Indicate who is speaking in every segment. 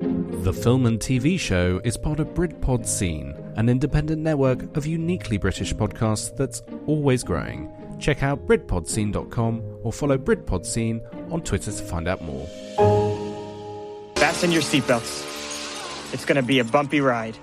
Speaker 1: The film and TV show is part of Britpod Scene, an independent network of uniquely British podcasts that's always growing. Check out BritpodScene.com or follow Britpod Scene on Twitter to find out more.
Speaker 2: Fasten your seatbelts. It's going to be a bumpy ride.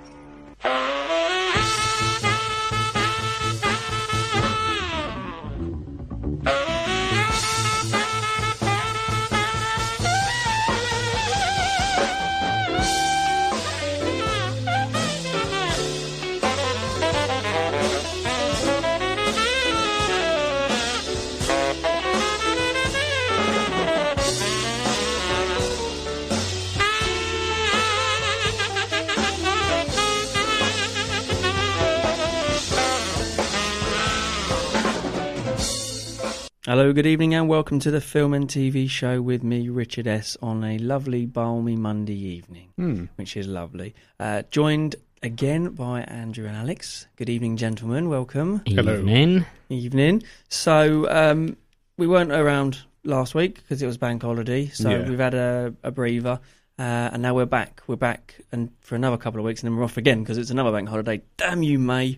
Speaker 3: Hello, good evening, and welcome to the film and TV show with me, Richard S., on a lovely, balmy Monday evening, which is lovely. Uh, joined again by Andrew and Alex. Good evening, gentlemen. Welcome.
Speaker 4: Hello.
Speaker 5: Evening.
Speaker 3: Evening. So, um, we weren't around last week because it was bank holiday, so
Speaker 4: Yeah.
Speaker 3: we've had a, a breather. Uh, and now we're back. We're back, and for another couple of weeks, and then we're off again because it's another bank holiday. Damn you, May!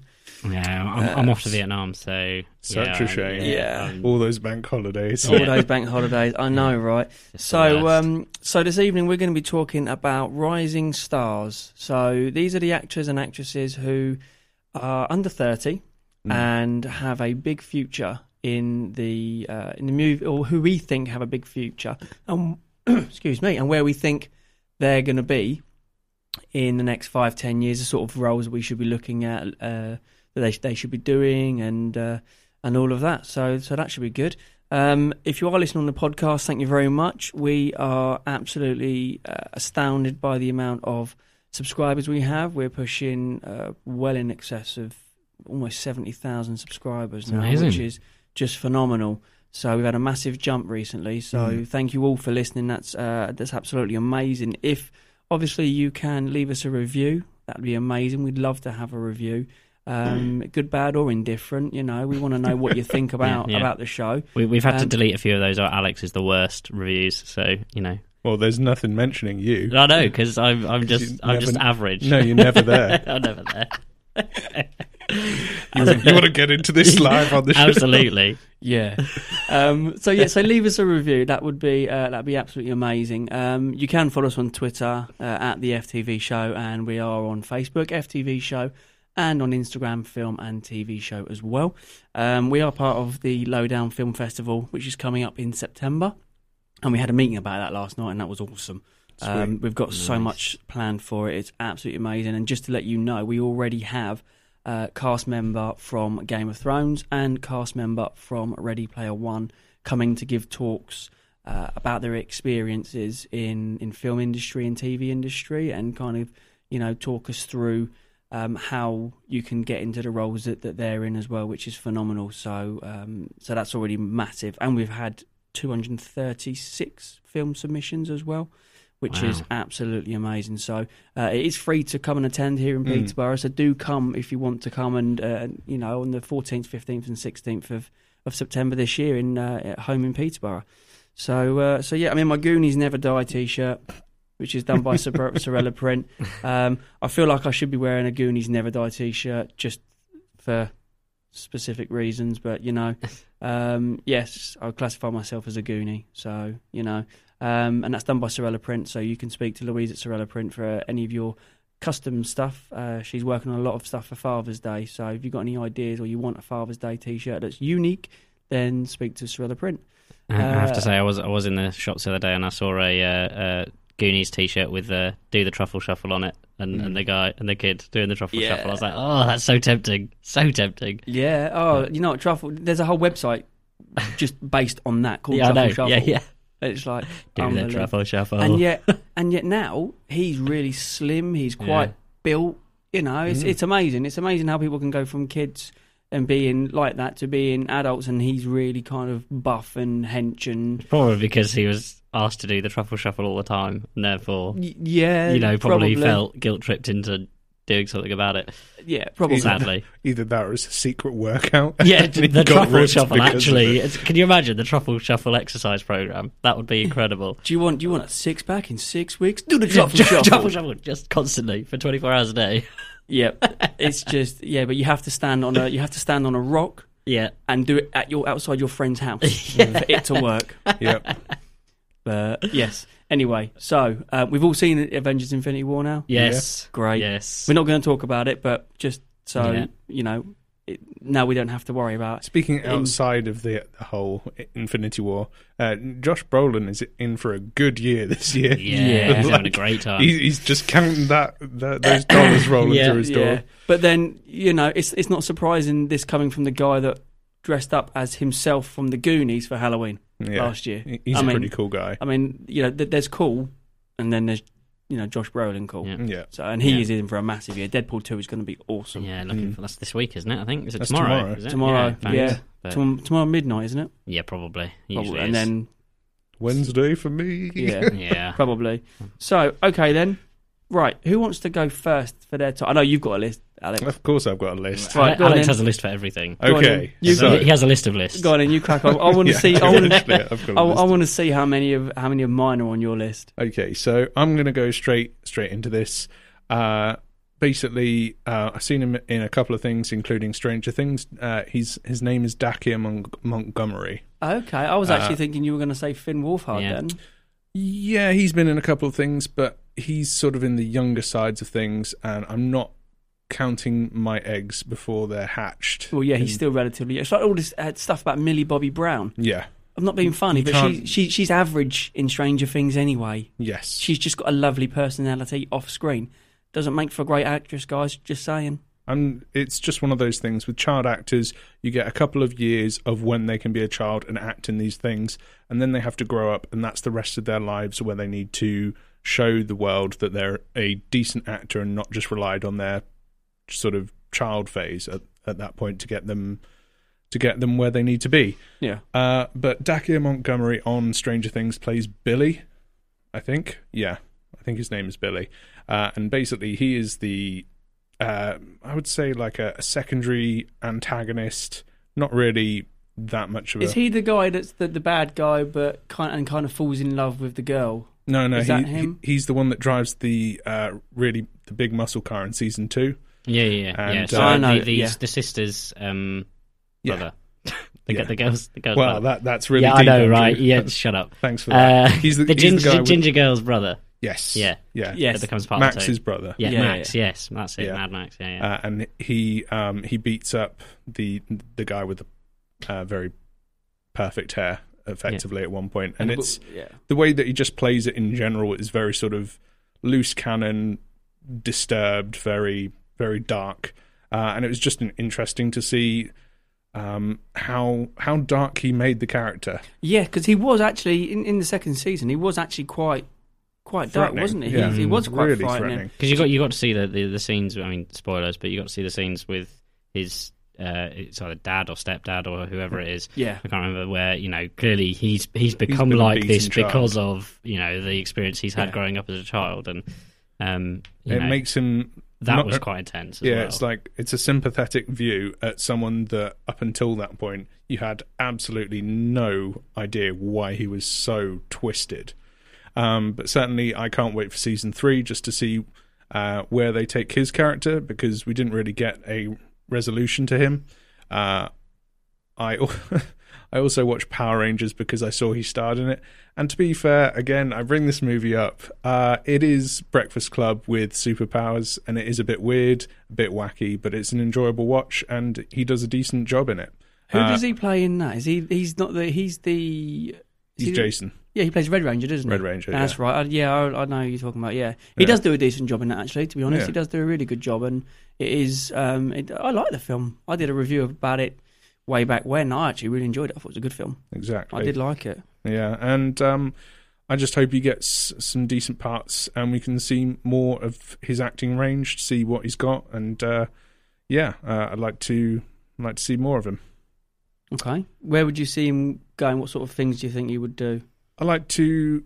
Speaker 5: Yeah, I'm, I'm off to Vietnam, so
Speaker 4: Such
Speaker 5: yeah,
Speaker 4: a shame.
Speaker 3: Yeah.
Speaker 5: um,
Speaker 4: All those bank holidays.
Speaker 3: all those bank holidays. I know, right?
Speaker 5: the
Speaker 3: So,
Speaker 5: worst.
Speaker 3: um, so this evening we're going to be talking about rising stars. So these are the actors and actresses who are under thirty and have a big future in the uh, in the movie, or who we think have a big future, and excuse me, and where we think they're going to be in the next five, ten years, the sort of roles we should be looking at, uh, that they they should be doing, and uh, and all of that. So so that should be good. Um, if you are listening on the podcast, thank you very much. We are absolutely uh, astounded by the amount of subscribers we have. We're pushing uh, well in excess of almost seventy thousand subscribers now,
Speaker 5: amazing.
Speaker 3: which is just phenomenal. So we've had a massive jump recently. So thank you all for listening. That's uh, that's absolutely amazing. If obviously you can leave us a review, that'd be amazing. We'd love to have a review.
Speaker 5: Hmm.
Speaker 3: Um, good, bad, or indifferent. You know, we want to know what you think about
Speaker 5: yeah.
Speaker 3: about the show.
Speaker 5: we, we've had to
Speaker 3: um,
Speaker 5: delete a few of those. Our Alex is the worst reviews, so you know.
Speaker 4: Well, there's nothing mentioning you.
Speaker 5: I know because I'm I'm
Speaker 4: You
Speaker 5: just I'm
Speaker 4: never-
Speaker 5: just average.
Speaker 4: No, you're never there.
Speaker 5: I'm never there.
Speaker 4: You, want- you want to get into this live on the show?
Speaker 5: Absolutely.
Speaker 3: Yeah. um, so yeah, so leave us a review. That would be uh, that'd be absolutely amazing. Um, you can follow us on Twitter uh, at the FTV Show, and we are on Facebook FTV Show, and on Instagram Film and TV Show as well. Um, we are part of the Lowdown Film Festival, which is coming up in September, and we had a meeting about that last night, and that was awesome. Um, we've got so much planned for it. It's absolutely amazing. And just to let you know, we already have uh, cast member from Game of Thrones and cast member from Ready Player One coming to give talks uh, about their experiences in in film industry and TV industry, and kind of you know talk us through um, how you can get into the roles that, that they're in as well, which is phenomenal. So um, so that's already massive, and we've had 236 film submissions as well. Which is
Speaker 5: Wow.
Speaker 3: absolutely amazing. So uh, it is free to come and attend here in Peterborough. So do come if you want to come, and uh, you know on the 14th, 15th, and 16th of, of September this year in uh, at home in Peterborough. So uh, so yeah, I mean my Goonies Never Die T-shirt, which is done by Sor- Sorella Print. Um, I feel like I should be wearing a Goonies Never Die T-shirt just for specific reasons, but you know, um, yes, I classify myself as a Goonie. So you know, um, and that's done by Sorella Print. So you can speak to Louise at Sorella Print for uh, any of your custom stuff. Uh, she's working on a lot of stuff for Father's Day. So if you've got any ideas or you want a Father's Day T-shirt that's unique, then speak to Sorella Print.
Speaker 5: I I have
Speaker 3: Uh,
Speaker 5: to say, I was I was in the shops the other day and I saw a uh, uh, Goonies T-shirt with uh, "Do the Truffle Shuffle" on it, and, and the guy and the kid doing the truffle
Speaker 3: Yeah.
Speaker 5: shuffle. I was like, oh, that's so tempting, so tempting.
Speaker 3: Yeah. Oh, you know what, truffle. There's a whole website just based on that called
Speaker 5: Yeah, I
Speaker 3: Truffle
Speaker 5: know.
Speaker 3: Shuffle.
Speaker 5: Yeah, yeah.
Speaker 3: It's like
Speaker 5: Do the
Speaker 3: unbelievable.
Speaker 5: truffle shuffle.
Speaker 3: And yet, and yet now he's really slim. He's quite
Speaker 5: Yeah. Mm.
Speaker 3: built. You know, it's it's amazing. It's amazing how people can go from kids and being like that to being adults, and he's really kind of buff and hench and
Speaker 5: Probably because he was asked to do the truffle shuffle all the time, and therefore,
Speaker 3: y- yeah,
Speaker 5: you know, probably, felt guilt tripped into doing something about it.
Speaker 3: Yeah, probably.
Speaker 5: Sadly,
Speaker 4: Either that or it's a secret workout.
Speaker 5: yeah,
Speaker 4: And he
Speaker 5: the
Speaker 4: got
Speaker 5: truffle
Speaker 4: ripped
Speaker 5: shuffle.
Speaker 4: because of
Speaker 5: Actually,
Speaker 4: it.
Speaker 5: It's- can you imagine the truffle shuffle exercise program? That would be incredible.
Speaker 3: Do you want do you want a six pack in six weeks? Do the truffle shuffle.
Speaker 5: Truffle shuffle just constantly for twenty four hours a day.
Speaker 3: Yep. It's just yeah, but you have to stand on a you have to stand on a rock
Speaker 5: Yeah,
Speaker 3: and do it at your outside your friend's house for it to work.
Speaker 4: Yep.
Speaker 3: But yes. Anyway, so uh, we've all seen Avengers: Infinity War now.
Speaker 5: yes,
Speaker 3: Great.
Speaker 5: yes.
Speaker 3: We're not going to talk about it, but just so
Speaker 5: Yeah.
Speaker 3: you know, it, now we don't have to worry about. it.
Speaker 4: Speaking outside of the, the whole Infinity War, uh, Josh Brolin is in for a good year this year.
Speaker 5: yeah, he's having a
Speaker 4: Like,
Speaker 5: great time.
Speaker 4: He's, he's just counting that, that those dollars rolling
Speaker 5: Yeah.
Speaker 4: through his door.
Speaker 3: Yeah. But then you know, it's it's not surprising this coming from the guy that dressed up as himself from the Goonies for Halloween
Speaker 4: Yeah.
Speaker 3: last year.
Speaker 4: He- He's
Speaker 3: Oh, I
Speaker 4: a
Speaker 3: mean-
Speaker 4: pretty cool guy.
Speaker 3: I mean, you know, th- there's cool, and then there's you know Josh Brolin cool.
Speaker 5: Yeah.
Speaker 4: Yeah.
Speaker 3: So and he
Speaker 5: Yeah.
Speaker 3: is in for a massive year. Deadpool two is going to be awesome.
Speaker 5: Yeah, looking for that's this week, isn't it? I think is it
Speaker 4: That's
Speaker 5: tomorrow?
Speaker 4: tomorrow.
Speaker 5: Is it?
Speaker 3: Mm. Tomorrow,
Speaker 5: thanks.
Speaker 3: yeah.
Speaker 5: But-
Speaker 3: Tom- tomorrow midnight, isn't it?
Speaker 5: yeah, probably. Usually
Speaker 3: Probably. And
Speaker 5: is.
Speaker 3: then
Speaker 4: Wednesday for me.
Speaker 3: yeah,
Speaker 5: yeah,
Speaker 3: probably. So okay then, right? Who wants to go first for their time? I know you've got a list, Alex.
Speaker 4: Of course, I've got a list.
Speaker 3: Right,
Speaker 5: right,
Speaker 3: go on
Speaker 5: Alex
Speaker 3: then.
Speaker 5: has a list for everything.
Speaker 3: Go on
Speaker 4: okay.
Speaker 3: then. You-
Speaker 4: so,
Speaker 5: he has a list of lists.
Speaker 3: Go on, and you crack on. I want to
Speaker 4: Yeah,
Speaker 3: see. I want to.
Speaker 4: I've got a
Speaker 3: I,
Speaker 4: list.
Speaker 3: want to see how many of how many of mine are on your list.
Speaker 4: Okay, so I'm going to go straight straight into this. Uh, basically, uh, I've seen him in a couple of things, including Stranger Things. Uh, he's his name is Dakia Mon- Montgomery.
Speaker 3: Okay, I was
Speaker 4: Uh,
Speaker 3: actually thinking you were going to say Finn Wolfhard
Speaker 5: Yeah.
Speaker 3: then.
Speaker 4: Yeah, he's been in a couple of things, but he's sort of in the younger sides of things, and I'm not counting my eggs before they're hatched.
Speaker 3: Well, yeah, he's
Speaker 5: Hmm.
Speaker 3: still relatively. It's like all this uh, stuff about Millie Bobby Brown.
Speaker 4: Yeah.
Speaker 3: I'm not being funny,
Speaker 4: You
Speaker 3: but she,
Speaker 4: can't-
Speaker 3: she she's average in Stranger Things anyway.
Speaker 4: Yes.
Speaker 3: She's just got a lovely personality off screen. Doesn't make for a great actress, guys. Just saying.
Speaker 4: And it's just one of those things with child actors, you get a couple of years of when they can be a child and act in these things, and then they have to grow up, and that's the rest of their lives where they need to show the world that they're a decent actor and not just relied on their sort of child phase at, at that point to get them to get them where they need to be.
Speaker 3: Yeah.
Speaker 4: Uh, but Dakia Montgomery on Stranger Things plays Billy, I think. Yeah, I think his name is Billy. Uh, and basically, he is the, uh, I would say, like a, a secondary antagonist. Not really that much of a.
Speaker 3: Is he the guy that's the, the bad guy, but kind and kind of falls in love with the girl?
Speaker 4: no, no,
Speaker 3: is
Speaker 4: he,
Speaker 3: that him?
Speaker 4: he- he's the one that drives the uh, really the big muscle car in season two.
Speaker 5: Yeah, yeah, yeah.
Speaker 4: And,
Speaker 5: yeah. So
Speaker 4: uh,
Speaker 3: I know,
Speaker 5: the, the,
Speaker 3: yeah.
Speaker 5: the sister's um,
Speaker 4: Yeah.
Speaker 5: brother. the,
Speaker 4: Yeah.
Speaker 5: yeah. the girls. The girls.
Speaker 4: Well,
Speaker 5: brother.
Speaker 4: that that's really.
Speaker 5: yeah, I
Speaker 4: deep,
Speaker 5: know,
Speaker 4: Andrew.
Speaker 5: right? Yeah,
Speaker 4: That's-
Speaker 5: shut up.
Speaker 4: Thanks for
Speaker 5: Uh,
Speaker 4: that. he's the,
Speaker 5: the,
Speaker 4: he's
Speaker 5: ginger,
Speaker 4: the guy with-
Speaker 5: ginger girl's brother
Speaker 4: Yes.
Speaker 5: Yeah.
Speaker 4: Yeah.
Speaker 5: that
Speaker 3: Yes.
Speaker 5: becomes part of the
Speaker 4: Max's
Speaker 5: two.
Speaker 4: brother.
Speaker 5: Yeah,
Speaker 3: Yeah,
Speaker 5: Max. Yes, that's it.
Speaker 4: Yeah.
Speaker 5: Mad Max. Yeah, yeah.
Speaker 4: uh, and he um, he beats up the the guy with the uh, very perfect hair effectively at one point, and it's
Speaker 3: yeah.
Speaker 4: the way that he just plays it in general is very sort of loose cannon, disturbed, very very dark, uh, and it was just an interesting to see um, how how dark he made the character.
Speaker 3: Yeah, because he was actually in, in the second season. He was actually quite quite dark,
Speaker 4: Threatening.
Speaker 3: wasn't he?
Speaker 4: Yeah.
Speaker 3: He, he was quite
Speaker 4: really
Speaker 3: frightening.
Speaker 4: threatening.
Speaker 5: Because you got you got to see the, the the scenes. I mean, spoilers, but you got to see the scenes with his uh, it's either dad or stepdad or whoever it is.
Speaker 3: Yeah.
Speaker 5: I can't remember where. You know, clearly he's he's become
Speaker 4: been a
Speaker 5: like this
Speaker 4: beaten child.
Speaker 5: because of you know the experience he's had
Speaker 4: Yeah.
Speaker 5: growing up as a child, and um, you
Speaker 4: it
Speaker 5: know,
Speaker 4: makes him
Speaker 5: that
Speaker 4: not-
Speaker 5: was quite intense. As
Speaker 4: yeah,
Speaker 5: well.
Speaker 4: it's like it's a sympathetic view at someone that up until that point you had absolutely no idea why he was so twisted. Um, but certainly, I can't wait for season three just to see uh, where they take his character because we didn't really get a resolution to him. Uh, I al- I also watched Power Rangers because I saw he starred in it. And to be fair, again, I bring this movie up. Uh, it is Breakfast Club with superpowers, and it is a bit weird, a bit wacky, but it's an enjoyable watch, and he does a decent job in it.
Speaker 3: Who
Speaker 4: Uh,
Speaker 3: does he play in that? Is he? He's not the. He's the. is
Speaker 4: He's
Speaker 3: he the-
Speaker 4: Jason.
Speaker 3: Yeah, he plays Red Ranger, doesn't
Speaker 4: Red
Speaker 3: he?
Speaker 4: Ranger,
Speaker 3: That's
Speaker 4: yeah.
Speaker 3: right. I, yeah, I, I know who you're talking about. Yeah, he
Speaker 4: Yeah.
Speaker 3: does do a decent job in that. Actually, to be honest,
Speaker 4: Yeah.
Speaker 3: he does do a really good job, and it is. Um, it, I like the film. I did a review about it way back when. I actually really enjoyed it. I thought it was a good film.
Speaker 4: Exactly.
Speaker 3: I did like it.
Speaker 4: Yeah, and um, I just hope he gets some decent parts, and we can see more of his acting range, see what he's got, and uh, yeah, uh, I'd like to I'd like to see more of him.
Speaker 3: Okay, where would you see him going? What sort of things do you think he would do?
Speaker 4: I like to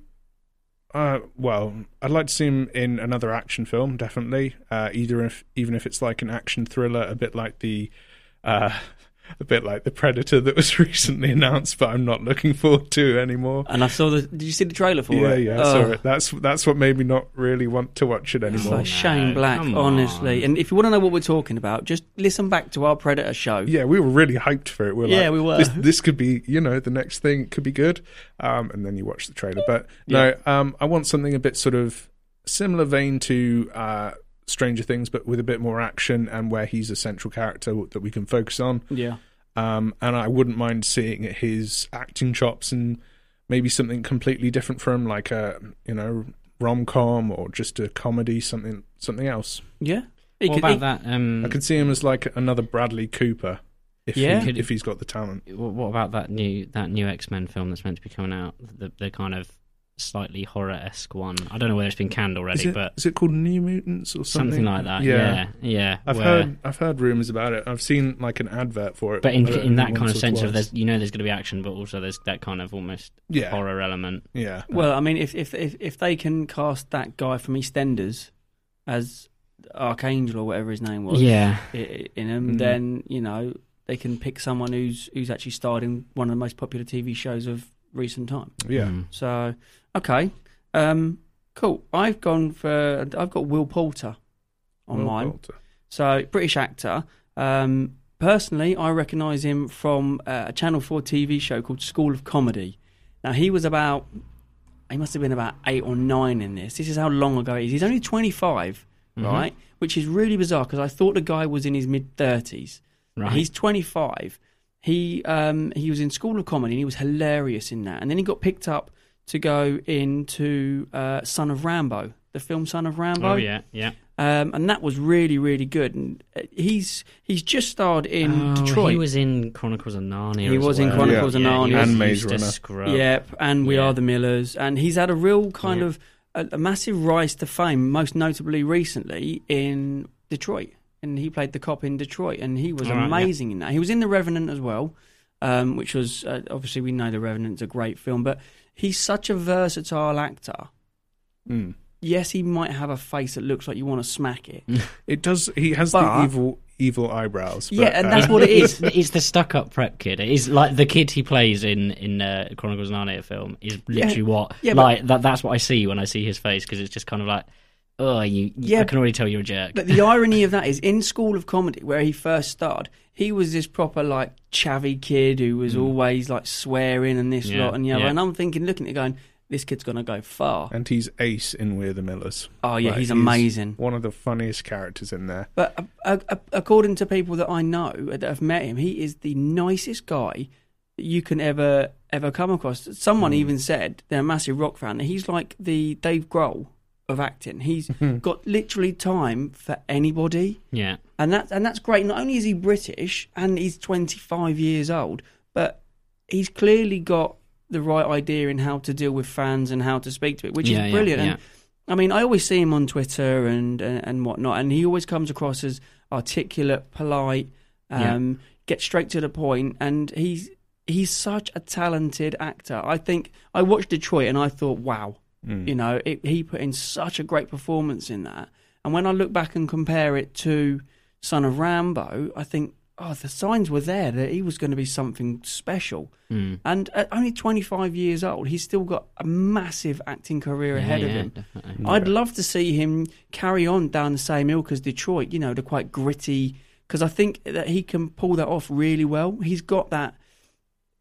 Speaker 4: Uh, well, I'd like to see him in another action film, definitely. Uh, either if even if it's like an action thriller, a bit like the, uh, a bit like the Predator that was recently announced, but I'm not looking forward to anymore.
Speaker 3: And I saw the. Did you see the trailer for
Speaker 4: Yeah,
Speaker 3: it?
Speaker 4: yeah, I
Speaker 3: Oh,
Speaker 4: saw it. That's that's what made me not really want to watch it
Speaker 3: It's
Speaker 4: anymore.
Speaker 3: like Shane
Speaker 5: No,
Speaker 3: Black,
Speaker 5: come
Speaker 3: honestly. And if you want to know what we're talking about, just listen back to our Predator show.
Speaker 4: yeah, we were really hyped for it. We are
Speaker 3: Yeah,
Speaker 4: like,
Speaker 3: we were.
Speaker 4: This, this could be, you know, the next thing It could be good. Um, and then you watch the trailer. But no, um, I want something a bit sort of similar vein to uh, Stranger Things, but with a bit more action and where he's a central character that we can focus on.
Speaker 3: Yeah.
Speaker 4: Um, and I wouldn't mind seeing his acting chops and maybe something completely different from like a, you know, rom com or just a comedy, something something else.
Speaker 3: Yeah. He
Speaker 5: What
Speaker 3: could-
Speaker 5: about
Speaker 3: he-
Speaker 5: that? Um,
Speaker 4: I could see him as like another Bradley Cooper. If,
Speaker 3: Mm. Yeah.
Speaker 4: he, if he's got the talent.
Speaker 5: wh- what about that new that new X Men film that's meant to be coming out? The, the kind of slightly horror esque one. I don't know whether it's been canned already,
Speaker 4: Is it,
Speaker 5: but
Speaker 4: is it called New Mutants or
Speaker 5: something,
Speaker 4: something?
Speaker 5: like that.
Speaker 4: Yeah.
Speaker 5: Yeah, yeah.
Speaker 4: I've
Speaker 5: where-
Speaker 4: heard I've heard rumors about it. I've seen like an advert for it.
Speaker 5: but in
Speaker 4: I don't
Speaker 5: in
Speaker 4: know,
Speaker 5: that kind
Speaker 4: once
Speaker 5: of
Speaker 4: or
Speaker 5: sense of
Speaker 4: twice.
Speaker 5: there's you know there's going to be action, but also there's that kind of almost
Speaker 4: yeah
Speaker 5: horror element.
Speaker 4: yeah
Speaker 3: Well, I mean, if, if if if they can cast that guy from EastEnders as Archangel or whatever his name was,
Speaker 5: Yeah,
Speaker 3: i- i- in him,
Speaker 4: Mm.
Speaker 3: then you know they can pick someone who's who's actually starred in one of the most popular TV shows of recent time.
Speaker 4: yeah.
Speaker 5: Mm.
Speaker 3: So, okay, um, cool. I've gone for I've got Will Poulter on
Speaker 4: Will
Speaker 3: mine.
Speaker 4: Poulter.
Speaker 3: So British actor. Um, personally, I recognise him from uh, a Channel Four TV show called School of Comedy. Now he was about, he must have been about eight or nine in this. This is how long ago it is. He's only twenty
Speaker 4: Mm-hmm.
Speaker 3: right? Which is really bizarre because I thought the guy was in his mid thirties.
Speaker 5: Right.
Speaker 3: He's twenty five. He um, he was in School of Comedy and he was hilarious in that. And then he got picked up to go into uh, Son of Rambo, the film Son of Rambo
Speaker 5: Oh yeah, yeah.
Speaker 3: um, and that was really really good. And uh, he's he's just starred in
Speaker 5: Oh,
Speaker 3: Detroit.
Speaker 5: He was in Chronicles of Narnia.
Speaker 3: He
Speaker 5: as
Speaker 3: was in
Speaker 5: well.
Speaker 3: Chronicles
Speaker 5: yeah.
Speaker 3: of Narnia.
Speaker 5: Yeah, he was
Speaker 4: And Maze
Speaker 5: Eustace
Speaker 4: Runner.
Speaker 5: Scrub.
Speaker 3: yep, and We
Speaker 5: Yeah.
Speaker 3: Are the Millers, and he's had a real kind
Speaker 5: Yeah.
Speaker 3: of a, a massive rise to fame, most notably recently in Detroit, and he played the cop in Detroit, and he was
Speaker 5: All right, yeah.
Speaker 3: amazing in that. He was in The Revenant as well, um, which was uh, obviously we know The Revenant's a great film, but he's such a versatile actor.
Speaker 4: Mm.
Speaker 3: Yes, he might have a face that looks like you want to smack it.
Speaker 4: It does. He has
Speaker 3: But-
Speaker 4: the evil evil eyebrows.
Speaker 3: Yeah,
Speaker 4: but,
Speaker 3: and
Speaker 4: uh,
Speaker 3: that's what it is.
Speaker 5: It's the stuck-up prep kid. It is like the kid he plays in in uh, Chronicles of Narnia film is literally what
Speaker 3: Yeah, but-
Speaker 5: like that. That's what I see when I see his face because it's just kind of like, oh, you.
Speaker 3: Yeah,
Speaker 5: I can already tell you're a jerk.
Speaker 3: But the irony of that is, in School of Comedy, where he first starred, he was this proper like chavvy kid who was always like swearing and this
Speaker 5: Yeah,
Speaker 3: lot and the other.
Speaker 5: yeah.
Speaker 3: And I'm thinking, looking at it, going, this kid's gonna go far.
Speaker 4: and he's ace in We're the Millers.
Speaker 3: Oh yeah,
Speaker 4: Like,
Speaker 3: he's amazing.
Speaker 4: One of the funniest characters in there.
Speaker 3: But uh, uh, uh, according to people that I know that have met him, he is the nicest guy that you can ever ever come across. Someone even said they're a massive rock fan. that He's like the Dave Grohl of acting. He's got literally time for anybody.
Speaker 5: yeah,
Speaker 3: and that and that's great. Not only is he British and he's 25 years old, but he's clearly got the right idea in how to deal with fans and how to speak to it, which is
Speaker 5: Yeah, yeah,
Speaker 3: brilliant.
Speaker 5: yeah.
Speaker 3: And, I mean, I always see him on Twitter and, and and whatnot, and he always comes across as articulate, polite, um, gets straight to the point, and he's he's such a talented actor. I think I watched Detroit and I thought, wow, you know, it, he put in such a great performance in that. And when I look back and compare it to Son of Rambo, I think, oh, the signs were there that he was going to be something special. And at only 25 years old, he's still got a massive acting career
Speaker 5: yeah,
Speaker 3: ahead
Speaker 5: yeah,
Speaker 3: of him.
Speaker 5: definitely.
Speaker 3: I'd love to see him carry on down the same ilk as Detroit, you know, the quite gritty, because I think that he can pull that off really well. He's got that,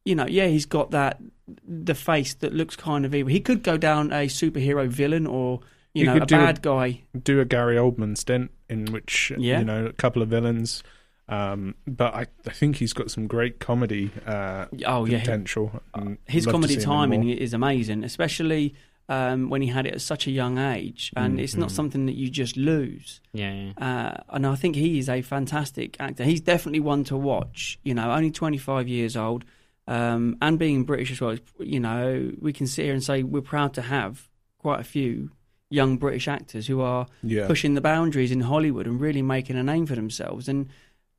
Speaker 3: you know, yeah, he's got that, the face that looks kind of evil. He could go down a superhero villain or, you
Speaker 4: He
Speaker 3: know,
Speaker 4: could
Speaker 3: a
Speaker 4: do a-
Speaker 3: bad guy.
Speaker 4: Do a Gary Oldman stint in which
Speaker 3: Yeah.
Speaker 4: you know a couple of villains. Um, but I, I think he's got some great comedy uh,
Speaker 3: Oh, yeah. he- Uh,
Speaker 4: potential. and
Speaker 3: his
Speaker 4: love to
Speaker 3: comedy
Speaker 4: see him in
Speaker 3: timing
Speaker 4: more.
Speaker 3: is amazing, especially um, when he had it at such a young age. And
Speaker 4: Mm,
Speaker 3: it's not something that you just lose.
Speaker 5: yeah, yeah.
Speaker 3: Uh, and I think he is a fantastic actor. He's definitely one to watch. You know, only 25 years old, um, and being British as well. is- You know, we can sit here and say we're proud to have quite a few young British actors who are
Speaker 4: Yeah.
Speaker 3: pushing the boundaries in Hollywood and really making a name for themselves. And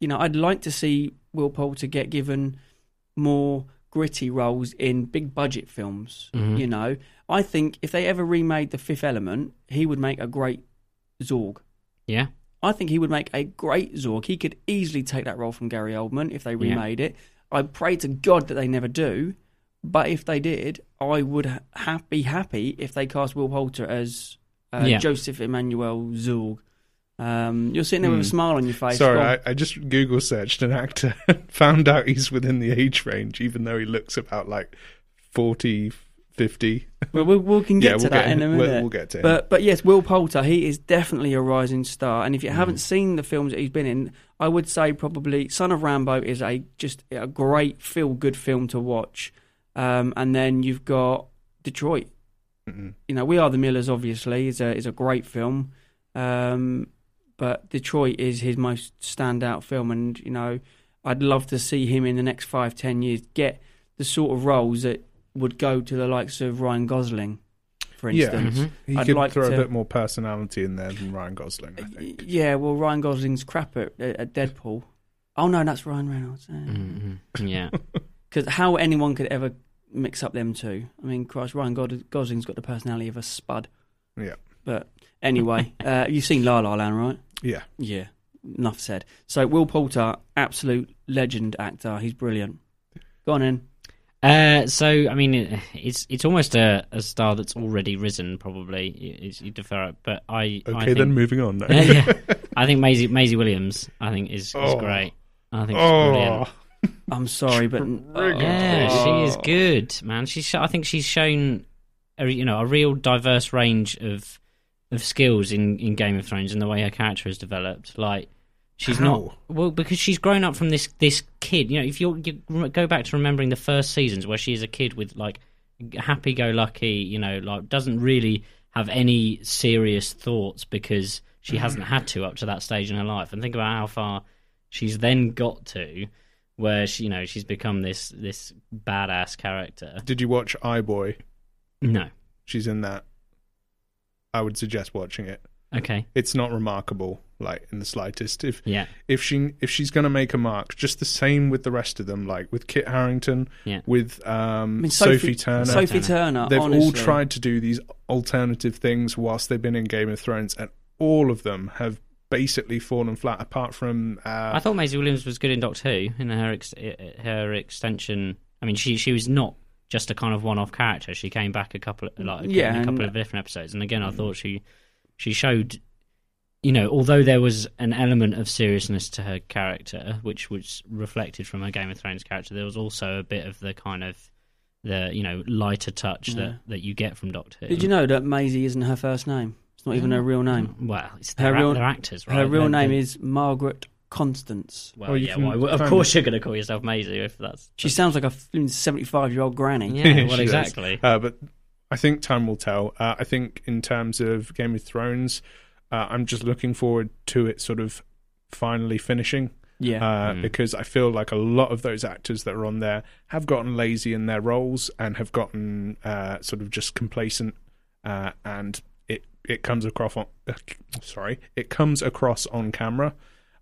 Speaker 3: you know, I'd like to see Will Poulter get given more gritty roles in big budget films. You know, I think if they ever remade the Fifth Element, he would make a great Zorg.
Speaker 5: Yeah.
Speaker 3: I think he would make a great Zorg. He could easily take that role from Gary Oldman if they remade it. I pray to God that they never do, but if they did, I would ha- ha- be happy if they cast Will Poulter as uh,
Speaker 5: Yeah.
Speaker 3: Joseph Emmanuel Zorg. Um, you're sitting there with a smile on your face.
Speaker 4: Hmm. Sorry,
Speaker 3: Go on.
Speaker 4: I, I just Google searched an actor, found out he's within the age range, even though he looks about like 40, 50.
Speaker 3: Well, we, we can get
Speaker 4: Yeah,
Speaker 3: to that
Speaker 4: we'll get-
Speaker 3: in a
Speaker 4: we'll-
Speaker 3: minute.
Speaker 4: we'll get to him.
Speaker 3: But but yes, Will Poulter, he is definitely a rising star. And if
Speaker 4: Mm.
Speaker 3: you haven't seen the films that he's been in, I would say probably Son of Rambo is a just a great feel good film to watch. Um, and then you've got Detroit. You know, We Are the Millers obviously is a is a great film. Um, but Detroit is his most standout film, and you know, I'd love to see him in the next five, ten years get the sort of roles that would go to the likes of Ryan Gosling, for
Speaker 4: Yeah.
Speaker 3: instance.
Speaker 5: Mm-hmm.
Speaker 4: He
Speaker 3: I'd
Speaker 4: could
Speaker 3: like
Speaker 4: throw
Speaker 3: to-
Speaker 4: a bit more personality in there than Ryan Gosling, I think.
Speaker 3: Yeah, well, Ryan Gosling's crap at, at Deadpool. Oh no, that's Ryan Reynolds.
Speaker 5: Mm. Mm-hmm. Yeah.
Speaker 3: Because how anyone could ever mix up them two? I mean, Christ, Ryan God- Gosling's got the personality of a spud.
Speaker 4: Yeah.
Speaker 3: But anyway, uh, you've seen La La Land, right?
Speaker 4: Yeah.
Speaker 3: Yeah. Enough said. So Will Poulter, absolute legend actor. He's brilliant. Go on in.
Speaker 5: Uh, so I mean, it, it's it's almost a, a star that's already risen. Probably it's, you defer it, but I I
Speaker 4: Okay,
Speaker 5: think,
Speaker 4: then moving on.
Speaker 5: yeah,
Speaker 4: Then.
Speaker 5: yeah. I think Maisie Maisie Williams. I think is, is
Speaker 4: Oh.
Speaker 5: great. I think she's brilliant.
Speaker 4: oh,
Speaker 3: I'm sorry, but
Speaker 5: Yeah,
Speaker 3: Oh.
Speaker 5: she is good, man. She's sho- I think she's shown a, you know a real diverse range of of skills in, in Game of Thrones and the way her character is developed. Like she's
Speaker 4: How?
Speaker 5: not well because she's grown up from this this kid. You know, if you're, you re- go back to remembering the first seasons where she is a kid with like happy go lucky, you know, like doesn't really have any serious thoughts because she hasn't had to up to that stage in her life. And think about how far she's then got to where she you know she's become this this badass character
Speaker 4: did you watch I Boy?
Speaker 5: no
Speaker 4: She's in that. I would suggest watching it.
Speaker 5: okay
Speaker 4: It's not remarkable, like in the slightest. If
Speaker 5: yeah
Speaker 4: if she if she's gonna make a mark, just the same with the rest of them, like with Kit Harrington,
Speaker 5: Yeah.
Speaker 4: with um,
Speaker 3: I mean,
Speaker 4: Sophie, Turner,
Speaker 3: Sophie Turner.
Speaker 4: they've
Speaker 3: honestly.
Speaker 4: all tried to do these alternative things whilst they've been in Game of Thrones, and all of them have basically fallen flat. Apart from
Speaker 5: i
Speaker 4: uh,
Speaker 5: thought maisie williams was good in doctor who in her ex- her extension i mean she she was not just a kind of one-off character she came back a couple like in
Speaker 3: Yeah,
Speaker 5: a couple
Speaker 3: and-
Speaker 5: of different episodes and again i thought she she showed you know although there was an element of seriousness to her character which was reflected from her game of thrones character there was also a bit of the kind of the you know lighter touch that, that you get from Doctor Who.
Speaker 3: Did you know that Maisie isn't her first name? It's not even her real name.
Speaker 5: Well, it's
Speaker 3: Her
Speaker 5: they're,
Speaker 3: real-
Speaker 5: they're actors, right?
Speaker 3: Her real
Speaker 5: They're-
Speaker 3: name
Speaker 5: they're-
Speaker 3: is Margaret Constance.
Speaker 5: Well,
Speaker 4: Oh, you
Speaker 5: yeah,
Speaker 4: can
Speaker 5: well, of
Speaker 4: find
Speaker 5: course you're going to call yourself Maisie if that's.
Speaker 3: She sounds like a seventy-five-year-old granny.
Speaker 5: Yeah,
Speaker 4: She
Speaker 5: well,
Speaker 4: does.
Speaker 5: exactly.
Speaker 4: Uh, but I think time will tell. Uh, I think in terms of Game of Thrones, uh, I'm just looking forward to it sort of finally finishing.
Speaker 3: Yeah.
Speaker 4: uh, because I feel like a lot of those actors that are on there have gotten lazy in their roles and have gotten uh, sort of just complacent, uh, and it it comes across on sorry it comes across on camera.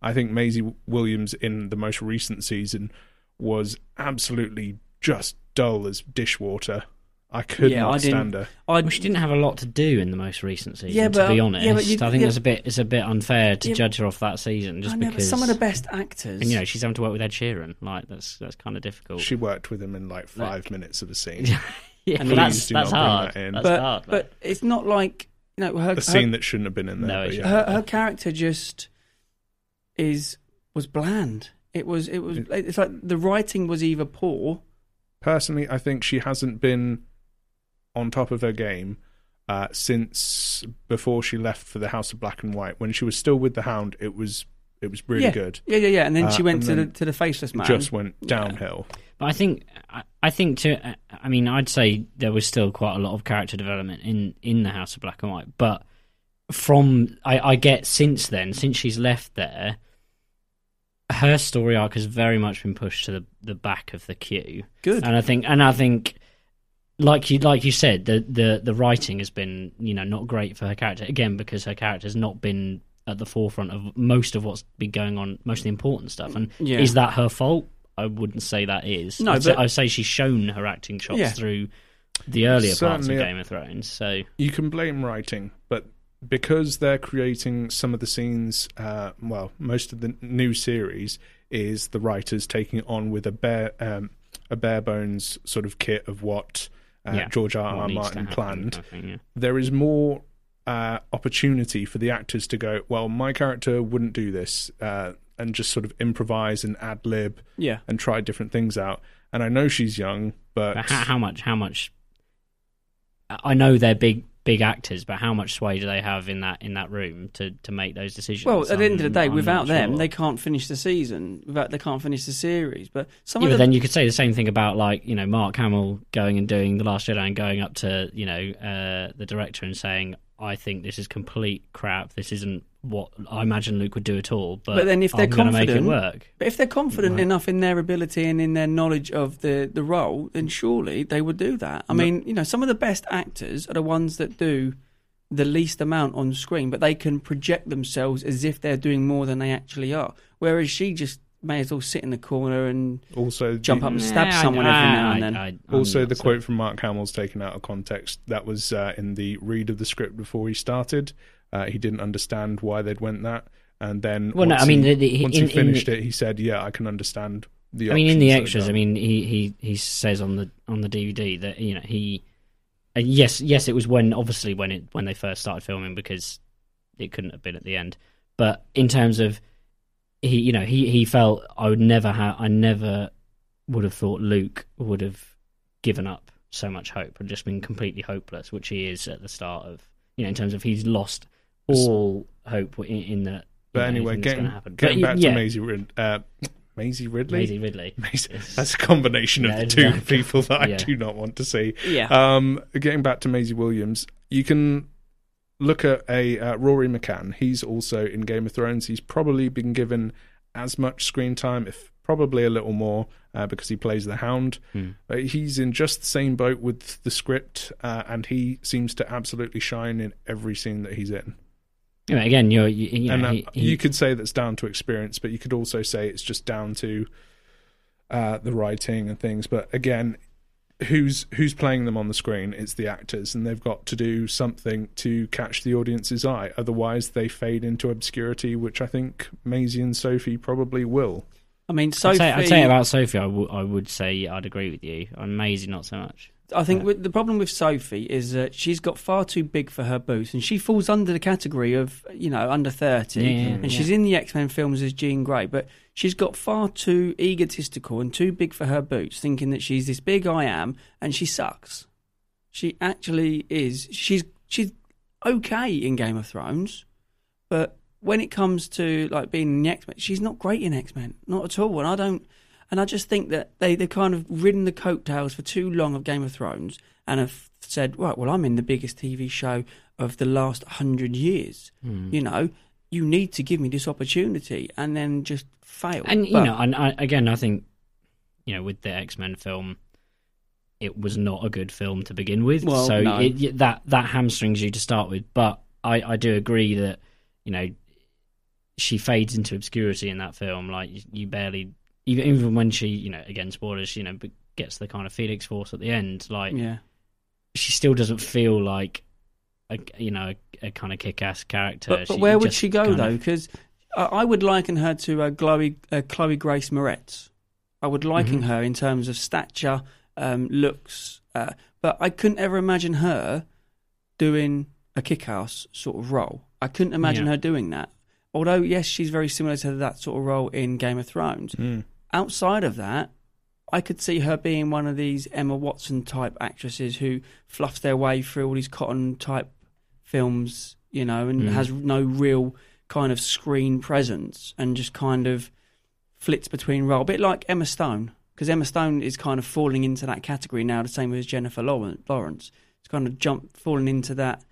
Speaker 4: I think Maisie Williams in the most recent season was absolutely just dull as dishwater. I could
Speaker 3: Yeah,
Speaker 4: not
Speaker 3: I didn't-
Speaker 4: stand her.
Speaker 3: I
Speaker 5: Well, she didn't have a lot to do in the most recent season,
Speaker 3: Yeah, but-
Speaker 5: to be
Speaker 3: yeah,
Speaker 5: honest.
Speaker 3: but you-
Speaker 5: I think
Speaker 3: yeah.
Speaker 5: that's a bit it's a bit unfair to
Speaker 3: Yeah,
Speaker 5: judge her off that season just
Speaker 3: I know, but
Speaker 5: because
Speaker 3: some of the best actors.
Speaker 5: and, you know she's having to work with Ed Sheeran. Like that's that's kind of difficult.
Speaker 4: She worked with him in like five minutes of a scene.
Speaker 5: yeah,
Speaker 4: Please
Speaker 5: but that's
Speaker 4: do
Speaker 5: that's
Speaker 4: not
Speaker 5: hard.
Speaker 4: bring that in.
Speaker 5: That's
Speaker 3: but
Speaker 5: hard.
Speaker 3: but it's not like you know her
Speaker 4: A
Speaker 3: her,
Speaker 4: scene that shouldn't have been in there.
Speaker 5: No,
Speaker 4: but
Speaker 5: it
Speaker 4: yeah.
Speaker 3: her, her character just is was bland. It was it
Speaker 4: Mm.
Speaker 3: was it's like the writing was either poor.
Speaker 4: personally, I think she hasn't been on top of her game uh, since before she left for the House of Black and White. When she was still with the Hound, it was it was really
Speaker 3: yeah.
Speaker 4: good.
Speaker 3: Yeah, yeah, yeah. And then
Speaker 4: Uh,
Speaker 3: she went
Speaker 4: and
Speaker 3: to the
Speaker 4: then
Speaker 3: to the faceless
Speaker 5: Um,
Speaker 3: man.
Speaker 4: Just went downhill.
Speaker 5: But I think I, I think to I mean I'd say there was still quite a lot of character development in in the House of Black and White, but from I, I get since then since she's left there, her story arc has very much been pushed to the the back of the queue.
Speaker 3: Good.
Speaker 5: and I think and I think. Like you, like you said, the, the, the writing has been you know not great for her character again because her character's not been at the forefront of most of what's been going on, most of the important stuff. And
Speaker 3: Yeah.
Speaker 5: is that her fault? I wouldn't say that is.
Speaker 3: No,
Speaker 5: I'd, say,
Speaker 3: but-
Speaker 5: I'd say she's shown her acting chops
Speaker 3: Yeah.
Speaker 5: through the earlier parts of
Speaker 4: Certainly.
Speaker 5: Game of Thrones. So
Speaker 4: you can blame writing, but because they're creating some of the scenes, uh, well, most of the new series is the writers taking it on with a bare, um, a bare bones sort of kit of what uh,
Speaker 5: yeah,
Speaker 4: George R.
Speaker 5: what
Speaker 4: R.
Speaker 5: needs to
Speaker 4: Martin
Speaker 5: happen
Speaker 4: planned
Speaker 5: kind of thing, yeah.
Speaker 4: there is more uh, opportunity for the actors to go, well, my character wouldn't do this, uh, and just sort of improvise and ad lib
Speaker 3: Yeah.
Speaker 4: and try different things out. And I know she's young, but,
Speaker 5: But how, how much? How much? I I know they're big, big actors, but how much sway do they have in that in that room to to make those decisions?
Speaker 3: Well, at the end of the
Speaker 5: I'm-
Speaker 3: day,
Speaker 5: I'm
Speaker 3: without
Speaker 5: not
Speaker 3: them,
Speaker 5: sure.
Speaker 3: they can't finish the season. Without they can't finish the series. But some
Speaker 5: Yeah,
Speaker 3: of
Speaker 5: but
Speaker 3: the
Speaker 5: then you could say the same thing about like you know Mark Hamill going and doing the Last Jedi and going up to you know uh, the director and saying, "I think this is complete crap. This isn't what I imagine Luke would do at all." But,
Speaker 3: But then if they're
Speaker 5: I'm gonna make it
Speaker 3: confident-
Speaker 5: work.
Speaker 3: But if they're confident enough in their ability and in their knowledge of the, the role, then surely they would do that. I mean, you know, some of the best actors are the ones that do the least amount on screen, but they can project themselves as if they're doing more than they actually are. Whereas she just may as well sit in the corner and
Speaker 4: also the-
Speaker 3: jump up and stab
Speaker 5: Nah, I-
Speaker 3: someone every
Speaker 5: I-
Speaker 3: now
Speaker 5: I-
Speaker 3: and then.
Speaker 5: I- I'm
Speaker 4: Also,
Speaker 5: not
Speaker 4: the
Speaker 5: so-
Speaker 4: quote from Mark Hamill's taken out of context. That was uh, in the read of the script before he started. Uh, he didn't understand why they'd went that, and then
Speaker 5: Well, no,
Speaker 4: once
Speaker 5: I mean,
Speaker 4: he,
Speaker 5: the- the-
Speaker 4: once
Speaker 5: in-
Speaker 4: he
Speaker 5: in the-
Speaker 4: finished it, he said, "Yeah, I can understand." The
Speaker 5: I mean, in the
Speaker 4: options that are
Speaker 5: extras, I
Speaker 4: done."
Speaker 5: mean, he, he, he says on the on the DVD that you know he, and yes, yes, it was when obviously when it when they first started filming because it couldn't have been at the end. But in terms of he, you know, he he felt I would never have, I never would have thought Luke would have given up so much hope and just been completely hopeless, which he is at the start of you know in terms of he's lost all hope in, in that.
Speaker 4: But
Speaker 5: you know,
Speaker 4: anyway,
Speaker 5: anything that's
Speaker 4: getting,
Speaker 5: gonna happen.
Speaker 4: getting
Speaker 5: But
Speaker 4: back
Speaker 5: yeah,
Speaker 4: to Maisie, Rid- uh, Maisie Ridley.
Speaker 5: Maisie Ridley.
Speaker 4: Maisie- That's a combination of
Speaker 5: Yeah,
Speaker 4: the two
Speaker 5: exactly.
Speaker 4: people that I
Speaker 5: Yeah.
Speaker 4: do not want to see.
Speaker 3: Yeah.
Speaker 4: Um, getting back to Maisie Williams, you can look at a uh, Rory McCann. He's also in Game of Thrones. He's probably been given as much screen time, if probably a little more, uh, because he plays the Hound.
Speaker 5: Hmm.
Speaker 4: But he's in just the same boat with the script, uh, and he seems to absolutely shine in every scene that he's in.
Speaker 5: You know, again, you're, you, you know,
Speaker 4: and uh,
Speaker 5: he- he-
Speaker 4: you could say that's down to experience, but you could also say it's just down to uh, the writing and things. But again, who's who's playing them on the screen? It's the actors, and they've got to do something to catch the audience's eye. Otherwise, they fade into obscurity, which I think Maisie and Sophie probably will.
Speaker 3: I mean,
Speaker 5: I'd
Speaker 3: Sophie.
Speaker 5: say, I'd say about Sophie, I, w- I would say I'd agree with you. On Maisie, not so much.
Speaker 3: I think with, the problem with Sophie is that she's got far too big for her boots, and she falls under the category of you know under thirty,
Speaker 5: Yeah, yeah,
Speaker 3: and
Speaker 5: yeah.
Speaker 3: she's in the X Men films as Jean Grey, but she's got far too egotistical and too big for her boots, thinking that she's this big I am, and she sucks. She actually is. She's she's okay in Game of Thrones, but when it comes to like being in the X Men, she's not great in X Men, not at all. And I don't, and I just think that they they kind of ridden the coattails for too long of Game of Thrones and have said, right, well, I'm in the biggest TV show of the last hundred years. You know, you need to give me this opportunity, and then just fail.
Speaker 5: And you
Speaker 3: But-
Speaker 5: know, and I, again, I think you know with the X Men film, it was not a good film to begin with.
Speaker 3: Well,
Speaker 5: so
Speaker 3: no.
Speaker 5: it, y- that that hamstrings you to start with. But I, I do agree that you know she fades into obscurity in that film. Like you, you barely even even when she you know again spoilers you know b- gets the kind of Felix Force at the end. Like
Speaker 3: yeah,
Speaker 5: she still doesn't feel like a you know a, kind of kick-ass character.
Speaker 3: but, but where would
Speaker 5: just
Speaker 3: she go
Speaker 5: kind
Speaker 3: though?
Speaker 5: of-
Speaker 3: Because I, I would liken her to uh, Chloe uh, Chloe Grace Moretz. I
Speaker 5: Mm-hmm.
Speaker 3: would liken her in terms of stature, um, looks, uh, but I couldn't ever imagine her doing a kick-ass sort of role. I couldn't imagine
Speaker 5: Yeah.
Speaker 3: her doing that. Although, yes, she's very similar to that sort of role in Game of Thrones.
Speaker 5: Mm.
Speaker 3: Outside of that, I could see her being one of these Emma Watson type actresses who fluffs their way through all these cotton type films, you know, and has no real kind of screen presence and just kind of flits between role, a bit like Emma Stone, because Emma Stone is kind of falling into that category now, the same as Jennifer Lawren- Lawrence. It's kind of jump falling into that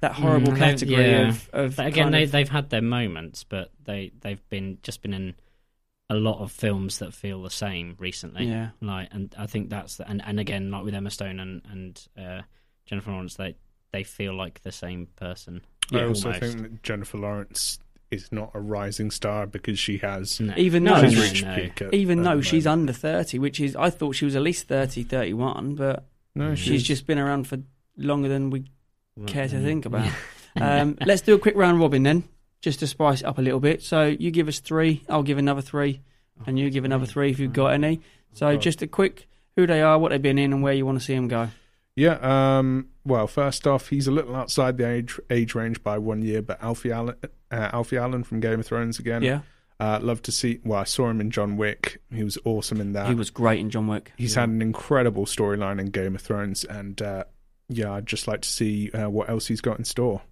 Speaker 3: that horrible
Speaker 5: Mm, they-
Speaker 3: category
Speaker 5: yeah.
Speaker 3: of, of
Speaker 5: But again,
Speaker 3: kind
Speaker 5: they
Speaker 3: of-
Speaker 5: they've had their moments, but they they've been just been in a lot of films that feel the same recently.
Speaker 3: Yeah.
Speaker 5: like and I think that's the, and and again, like with Emma Stone and and uh, Jennifer Lawrence, they they feel like the same person.
Speaker 4: I also
Speaker 5: almost.
Speaker 4: think that Jennifer Lawrence is not a rising star because she has
Speaker 5: No.
Speaker 3: Even
Speaker 5: No,
Speaker 3: though-
Speaker 4: she's
Speaker 5: no,
Speaker 4: reached
Speaker 5: no.
Speaker 4: peak. at-
Speaker 3: even
Speaker 4: at
Speaker 3: though
Speaker 4: the
Speaker 3: she's
Speaker 4: moment.
Speaker 3: under 30 which is i thought she was at least 30 31 but
Speaker 4: No,
Speaker 3: She's just been around for longer than we care
Speaker 5: mm,
Speaker 3: to think about. um, let's do a quick round robin then, just to spice it up a little bit. So you give us three, I'll give another three, and you give another three if you've got any. So
Speaker 4: God.
Speaker 3: just a quick who they are, what they've been in, and where you want to see them go.
Speaker 4: Yeah. Um, well, first off, he's a little outside the age age range by one year, but Alfie Allen, uh, Alfie Allen from Game of Thrones again.
Speaker 3: Yeah,
Speaker 4: Uh, love to see. Well, I saw him in John Wick. He was awesome in that.
Speaker 3: he was great in John Wick.
Speaker 4: He's had an incredible storyline in Game of Thrones, and uh, yeah, I'd just like to see uh, what else he's got in store.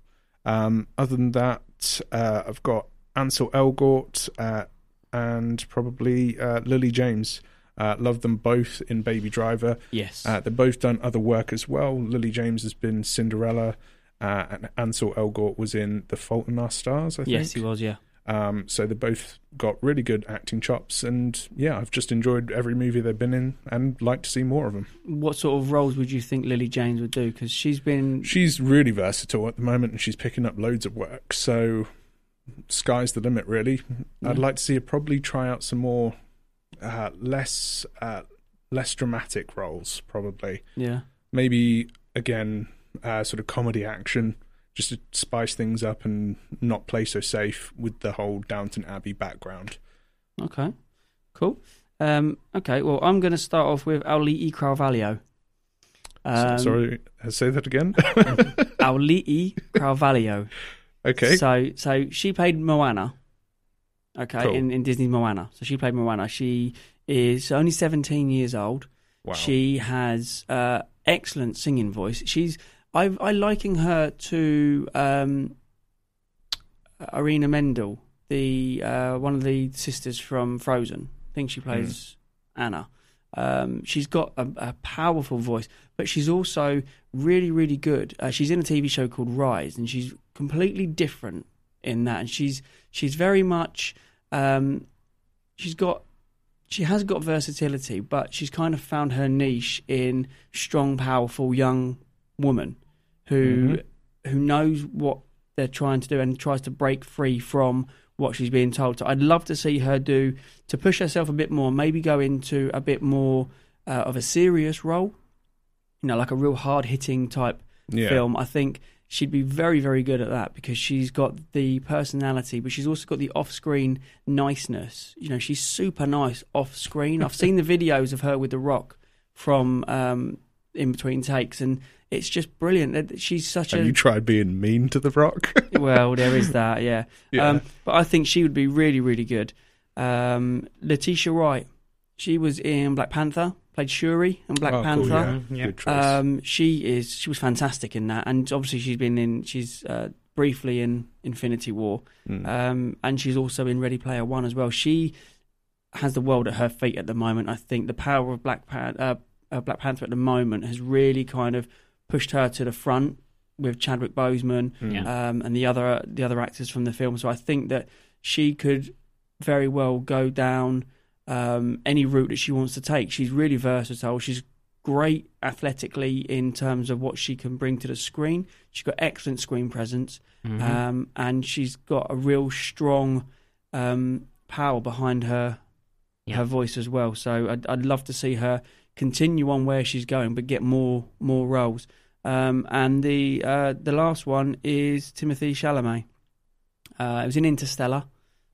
Speaker 4: Um, other than that, uh, I've got Ansel Elgort uh, and probably uh, Lily James. Uh, love them both in Baby Driver.
Speaker 3: Yes,
Speaker 4: Uh, they've both done other work as well. Lily James has been Cinderella, uh, and Ansel Elgort was in The Fault in Our Stars, I think.
Speaker 3: yes, he was. Yeah,
Speaker 4: Um, so they both got really good acting chops, and yeah, I've just enjoyed every movie they've been in, and like to see more of them.
Speaker 3: what sort of roles would you think Lily James would do? Because she's been
Speaker 4: She's really versatile at the moment, and she's picking up loads of work. So sky's the limit, really. I'd
Speaker 3: Yeah.
Speaker 4: like to see her probably try out some more uh, less uh, less dramatic roles, probably.
Speaker 3: yeah.
Speaker 4: maybe again uh, sort of comedy action just to spice things up and not play so safe with the whole Downton Abbey background.
Speaker 3: Okay, cool. Um, okay, well, I'm going to start off with Auli'i Carvalho.
Speaker 4: So-
Speaker 3: Um,
Speaker 4: Sorry, uh, say that again.
Speaker 3: Auli'i Carvalho.
Speaker 4: okay,
Speaker 3: So, so she played Moana. Okay,
Speaker 4: Cool.
Speaker 3: in, in Disney's Moana. So she played Moana. She is only 17 years old.
Speaker 4: wow.
Speaker 3: She has uh, excellent singing voice. She's I I liken her to um, Irina Mendel, the uh, one of the sisters from Frozen. I think she
Speaker 4: Mm.
Speaker 3: plays Anna. Um, she's got a, a powerful voice, but she's also really, really good. Uh, she's in a TV show called Rise, and she's completely different in that. And she's she's very much um, she's got she has got versatility, but she's kind of found her niche in strong, powerful young woman who who knows what they're trying to do and tries to break free from what she's being told. So I'd love to see her do to push herself a bit more, maybe go into a bit more uh, of a serious role, you know, like a real hard hitting type
Speaker 4: Yeah.
Speaker 3: film. I think she'd be very, very good at that because she's got the personality, but she's also got the off screen niceness. You know, she's super nice off screen. I've seen the videos of her with The Rock from um, in between takes, and it's just brilliant. That- She's such
Speaker 4: Have
Speaker 3: a
Speaker 4: you tried being mean to The Rock?
Speaker 3: well, there is that, yeah.
Speaker 4: Yeah.
Speaker 3: Um, but I think she would be really, really good. Um, Letitia Wright, she was in Black Panther, played Shuri in Black
Speaker 4: Oh, cool,
Speaker 3: Panther.
Speaker 4: yeah.
Speaker 5: Mm, Yeah.
Speaker 4: Good choice.
Speaker 3: Um, she is. She was fantastic in that, and obviously she's been in. She's uh, briefly in Infinity War,
Speaker 4: Hmm.
Speaker 3: um, and she's also in Ready Player One as well. She has the world at her feet at the moment. I think the power of Black Pan- uh, uh, Black Panther at the moment has really kind of pushed her to the front with Chadwick Boseman
Speaker 5: Yeah.
Speaker 3: um, and the other the other actors from the film. So I think that she could very well go down um, any route that she wants to take. She's really versatile. She's great athletically in terms of what she can bring to the screen. She's got excellent screen presence, um, and she's got a real strong um, power behind her
Speaker 5: Yeah.
Speaker 3: her voice as well. So I'd, I'd love to see her continue on where she's going, but get more more roles. Um, and the uh, the last one is Timothy Chalamet. Uh, it was in Interstellar.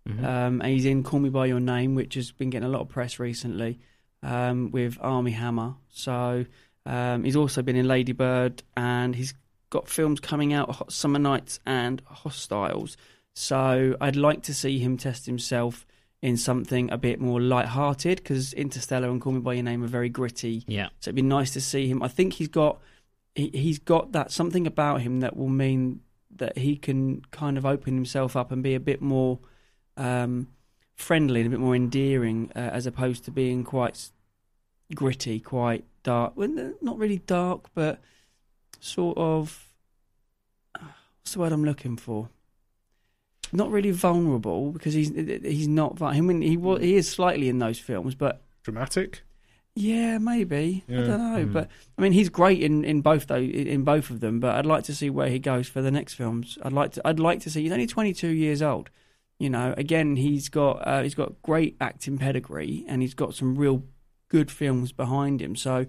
Speaker 3: Um, and he's in Call Me by Your Name, which has been getting a lot of press recently um, with Army Hammer. So um, he's also been in Lady Bird, and he's got films coming out: Hot Summer Nights and Hostiles. So I'd like to see him test himself in something a bit more light-hearted because Interstellar and Call Me by Your Name are very gritty.
Speaker 5: Yeah.
Speaker 3: So it'd be nice to see him. I think he's got he, he's got that something about him that will mean that he can kind of open himself up and be a bit more um, friendly and a bit more endearing uh, as opposed to being quite s- gritty, quite dark. Well, n- not really dark, but sort of. What's the word I'm looking for? Not really vulnerable because he's he's not. vul- I mean, he wa- he is slightly in those films, but
Speaker 4: Dramatic.
Speaker 3: yeah, maybe. I
Speaker 4: Yeah.
Speaker 3: don't know, but I mean, he's great in, in both though in both of them. But I'd like to see where he goes for the next films. I'd like to. I'd like to see. He's only twenty two years old. You know, again, he's got uh, he's got great acting pedigree, and he's got some real good films behind him. So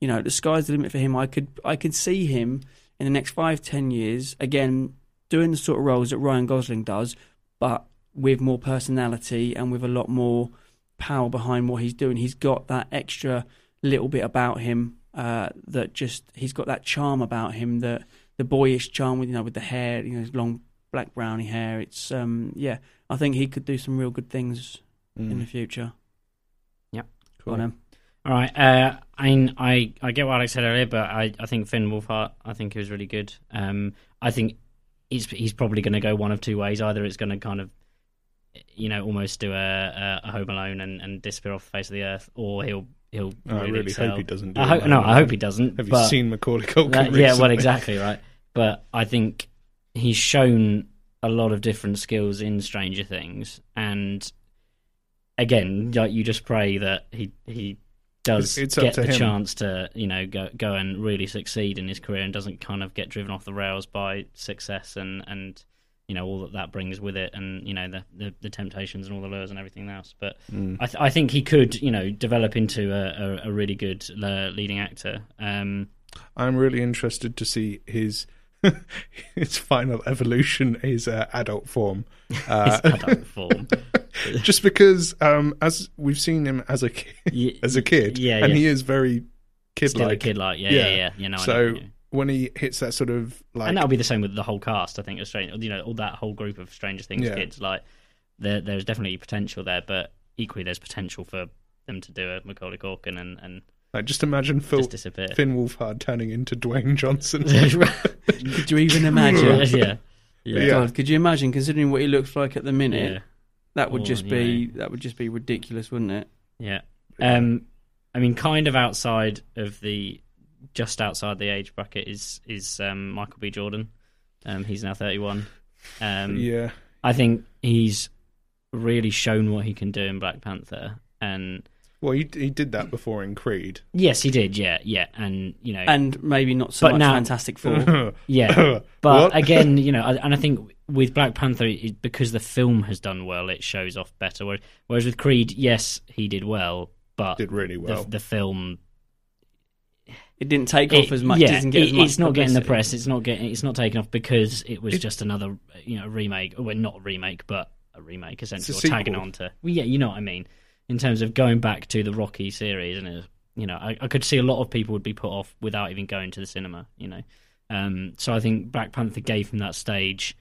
Speaker 3: you know, the sky's the limit for him. I could I could see him in the next five, ten years again doing the sort of roles that Ryan Gosling does, but with more personality and with a lot more power behind what he's doing. He's got that extra little bit about him uh, that just he's got that charm about him that the boyish charm with you know with the hair, you know, his long black browny hair. It's um yeah, I think he could do some real good things
Speaker 4: Mm.
Speaker 3: in the future.
Speaker 5: Yep.
Speaker 3: Go on, Em.
Speaker 5: All right. Uh, I mean, I, I get what I said earlier, but I, I think Finn Wolfhart, I think he was really good. Um, I think he's he's probably going to go one of two ways. Either it's going to kind of, you know, almost do a, a, a Home Alone and, and disappear off the face of the earth, or he'll he'll.
Speaker 4: Oh, I really hope
Speaker 5: excel.
Speaker 4: he doesn't do
Speaker 5: I
Speaker 4: a
Speaker 5: hope,
Speaker 4: Home
Speaker 5: no,
Speaker 4: Alone.
Speaker 5: I hope he doesn't.
Speaker 4: Have you
Speaker 5: but-
Speaker 4: seen Macaulay Culkin?
Speaker 5: that- yeah, well,
Speaker 4: recently?
Speaker 5: exactly right. But I think he's shown a lot of different skills in Stranger Things, and again, like you just pray that he he does
Speaker 4: It's- it's up
Speaker 5: get
Speaker 4: to
Speaker 5: the
Speaker 4: him.
Speaker 5: chance to you know go go and really succeed in his career and doesn't kind of get driven off the rails by success and and you know all that that brings with it and you know the the, the temptations and all the lures and everything else but
Speaker 4: Hmm.
Speaker 5: I, th- I think he could you know develop into a, a, a really good uh, leading actor um
Speaker 4: I'm really interested to see his his final evolution, his uh, adult form. Uh,
Speaker 5: his adult form
Speaker 4: just because, um, as we've seen him as a kid,
Speaker 5: Ye-
Speaker 4: as a kid,
Speaker 5: yeah,
Speaker 4: and
Speaker 5: yeah.
Speaker 4: he is very kid
Speaker 5: still a
Speaker 4: like.
Speaker 5: kid like yeah yeah yeah, you know I know,
Speaker 4: so
Speaker 5: yeah.
Speaker 4: when he hits that sort of like,
Speaker 5: and that'll be the same with the whole cast. I think of Stranger, you know, all that whole group of Stranger Things
Speaker 4: Yeah.
Speaker 5: kids. Like, there, there's definitely potential there, but equally, there's potential for them to do a Macaulay Culkin and and
Speaker 4: like, just imagine Phil
Speaker 5: just disappear.
Speaker 4: Finn Wolfhard turning into Dwayne Johnson.
Speaker 3: Could you even imagine?
Speaker 5: yeah,
Speaker 4: Yeah.
Speaker 3: God, could you imagine considering what he looks like at the minute?
Speaker 5: yeah,
Speaker 3: That would
Speaker 5: Oh,
Speaker 3: just be that would just be ridiculous, wouldn't it?
Speaker 5: yeah. Um, I mean, kind of outside of the, just outside the age bracket is is um, Michael B. Jordan. Um, he's now 31. Um,
Speaker 4: yeah,
Speaker 5: I think he's really shown what he can do in Black Panther, and
Speaker 4: well, he he did that before in Creed.
Speaker 5: Yes, he did. Yeah, yeah, and you know,
Speaker 3: And maybe not so
Speaker 5: But
Speaker 3: much
Speaker 5: now-
Speaker 3: Fantastic Four.
Speaker 5: yeah.
Speaker 4: What?
Speaker 5: But again, you know, and I think with Black Panther, it, because the film has done well, it shows off better. Whereas- Whereas with Creed, yes, he did well, but
Speaker 4: Did really
Speaker 5: the-
Speaker 4: well.
Speaker 5: The, film,
Speaker 3: it didn't take off
Speaker 5: it-
Speaker 3: as much.
Speaker 5: yeah,
Speaker 3: doesn't get
Speaker 5: it-
Speaker 3: as much
Speaker 5: it's not getting the
Speaker 3: publicity.
Speaker 5: press. It's not getting. It's not taking off because it was just another, you know, remake. Well, not a remake, but a remake essentially, or
Speaker 4: sequel.
Speaker 5: tagging on to. Well, yeah, you know what I mean. In terms of going back to the Rocky series, and it, you know, I, I could see a lot of people would be put off without even going to the cinema. You know, um, so I think Black Panther gave him that stage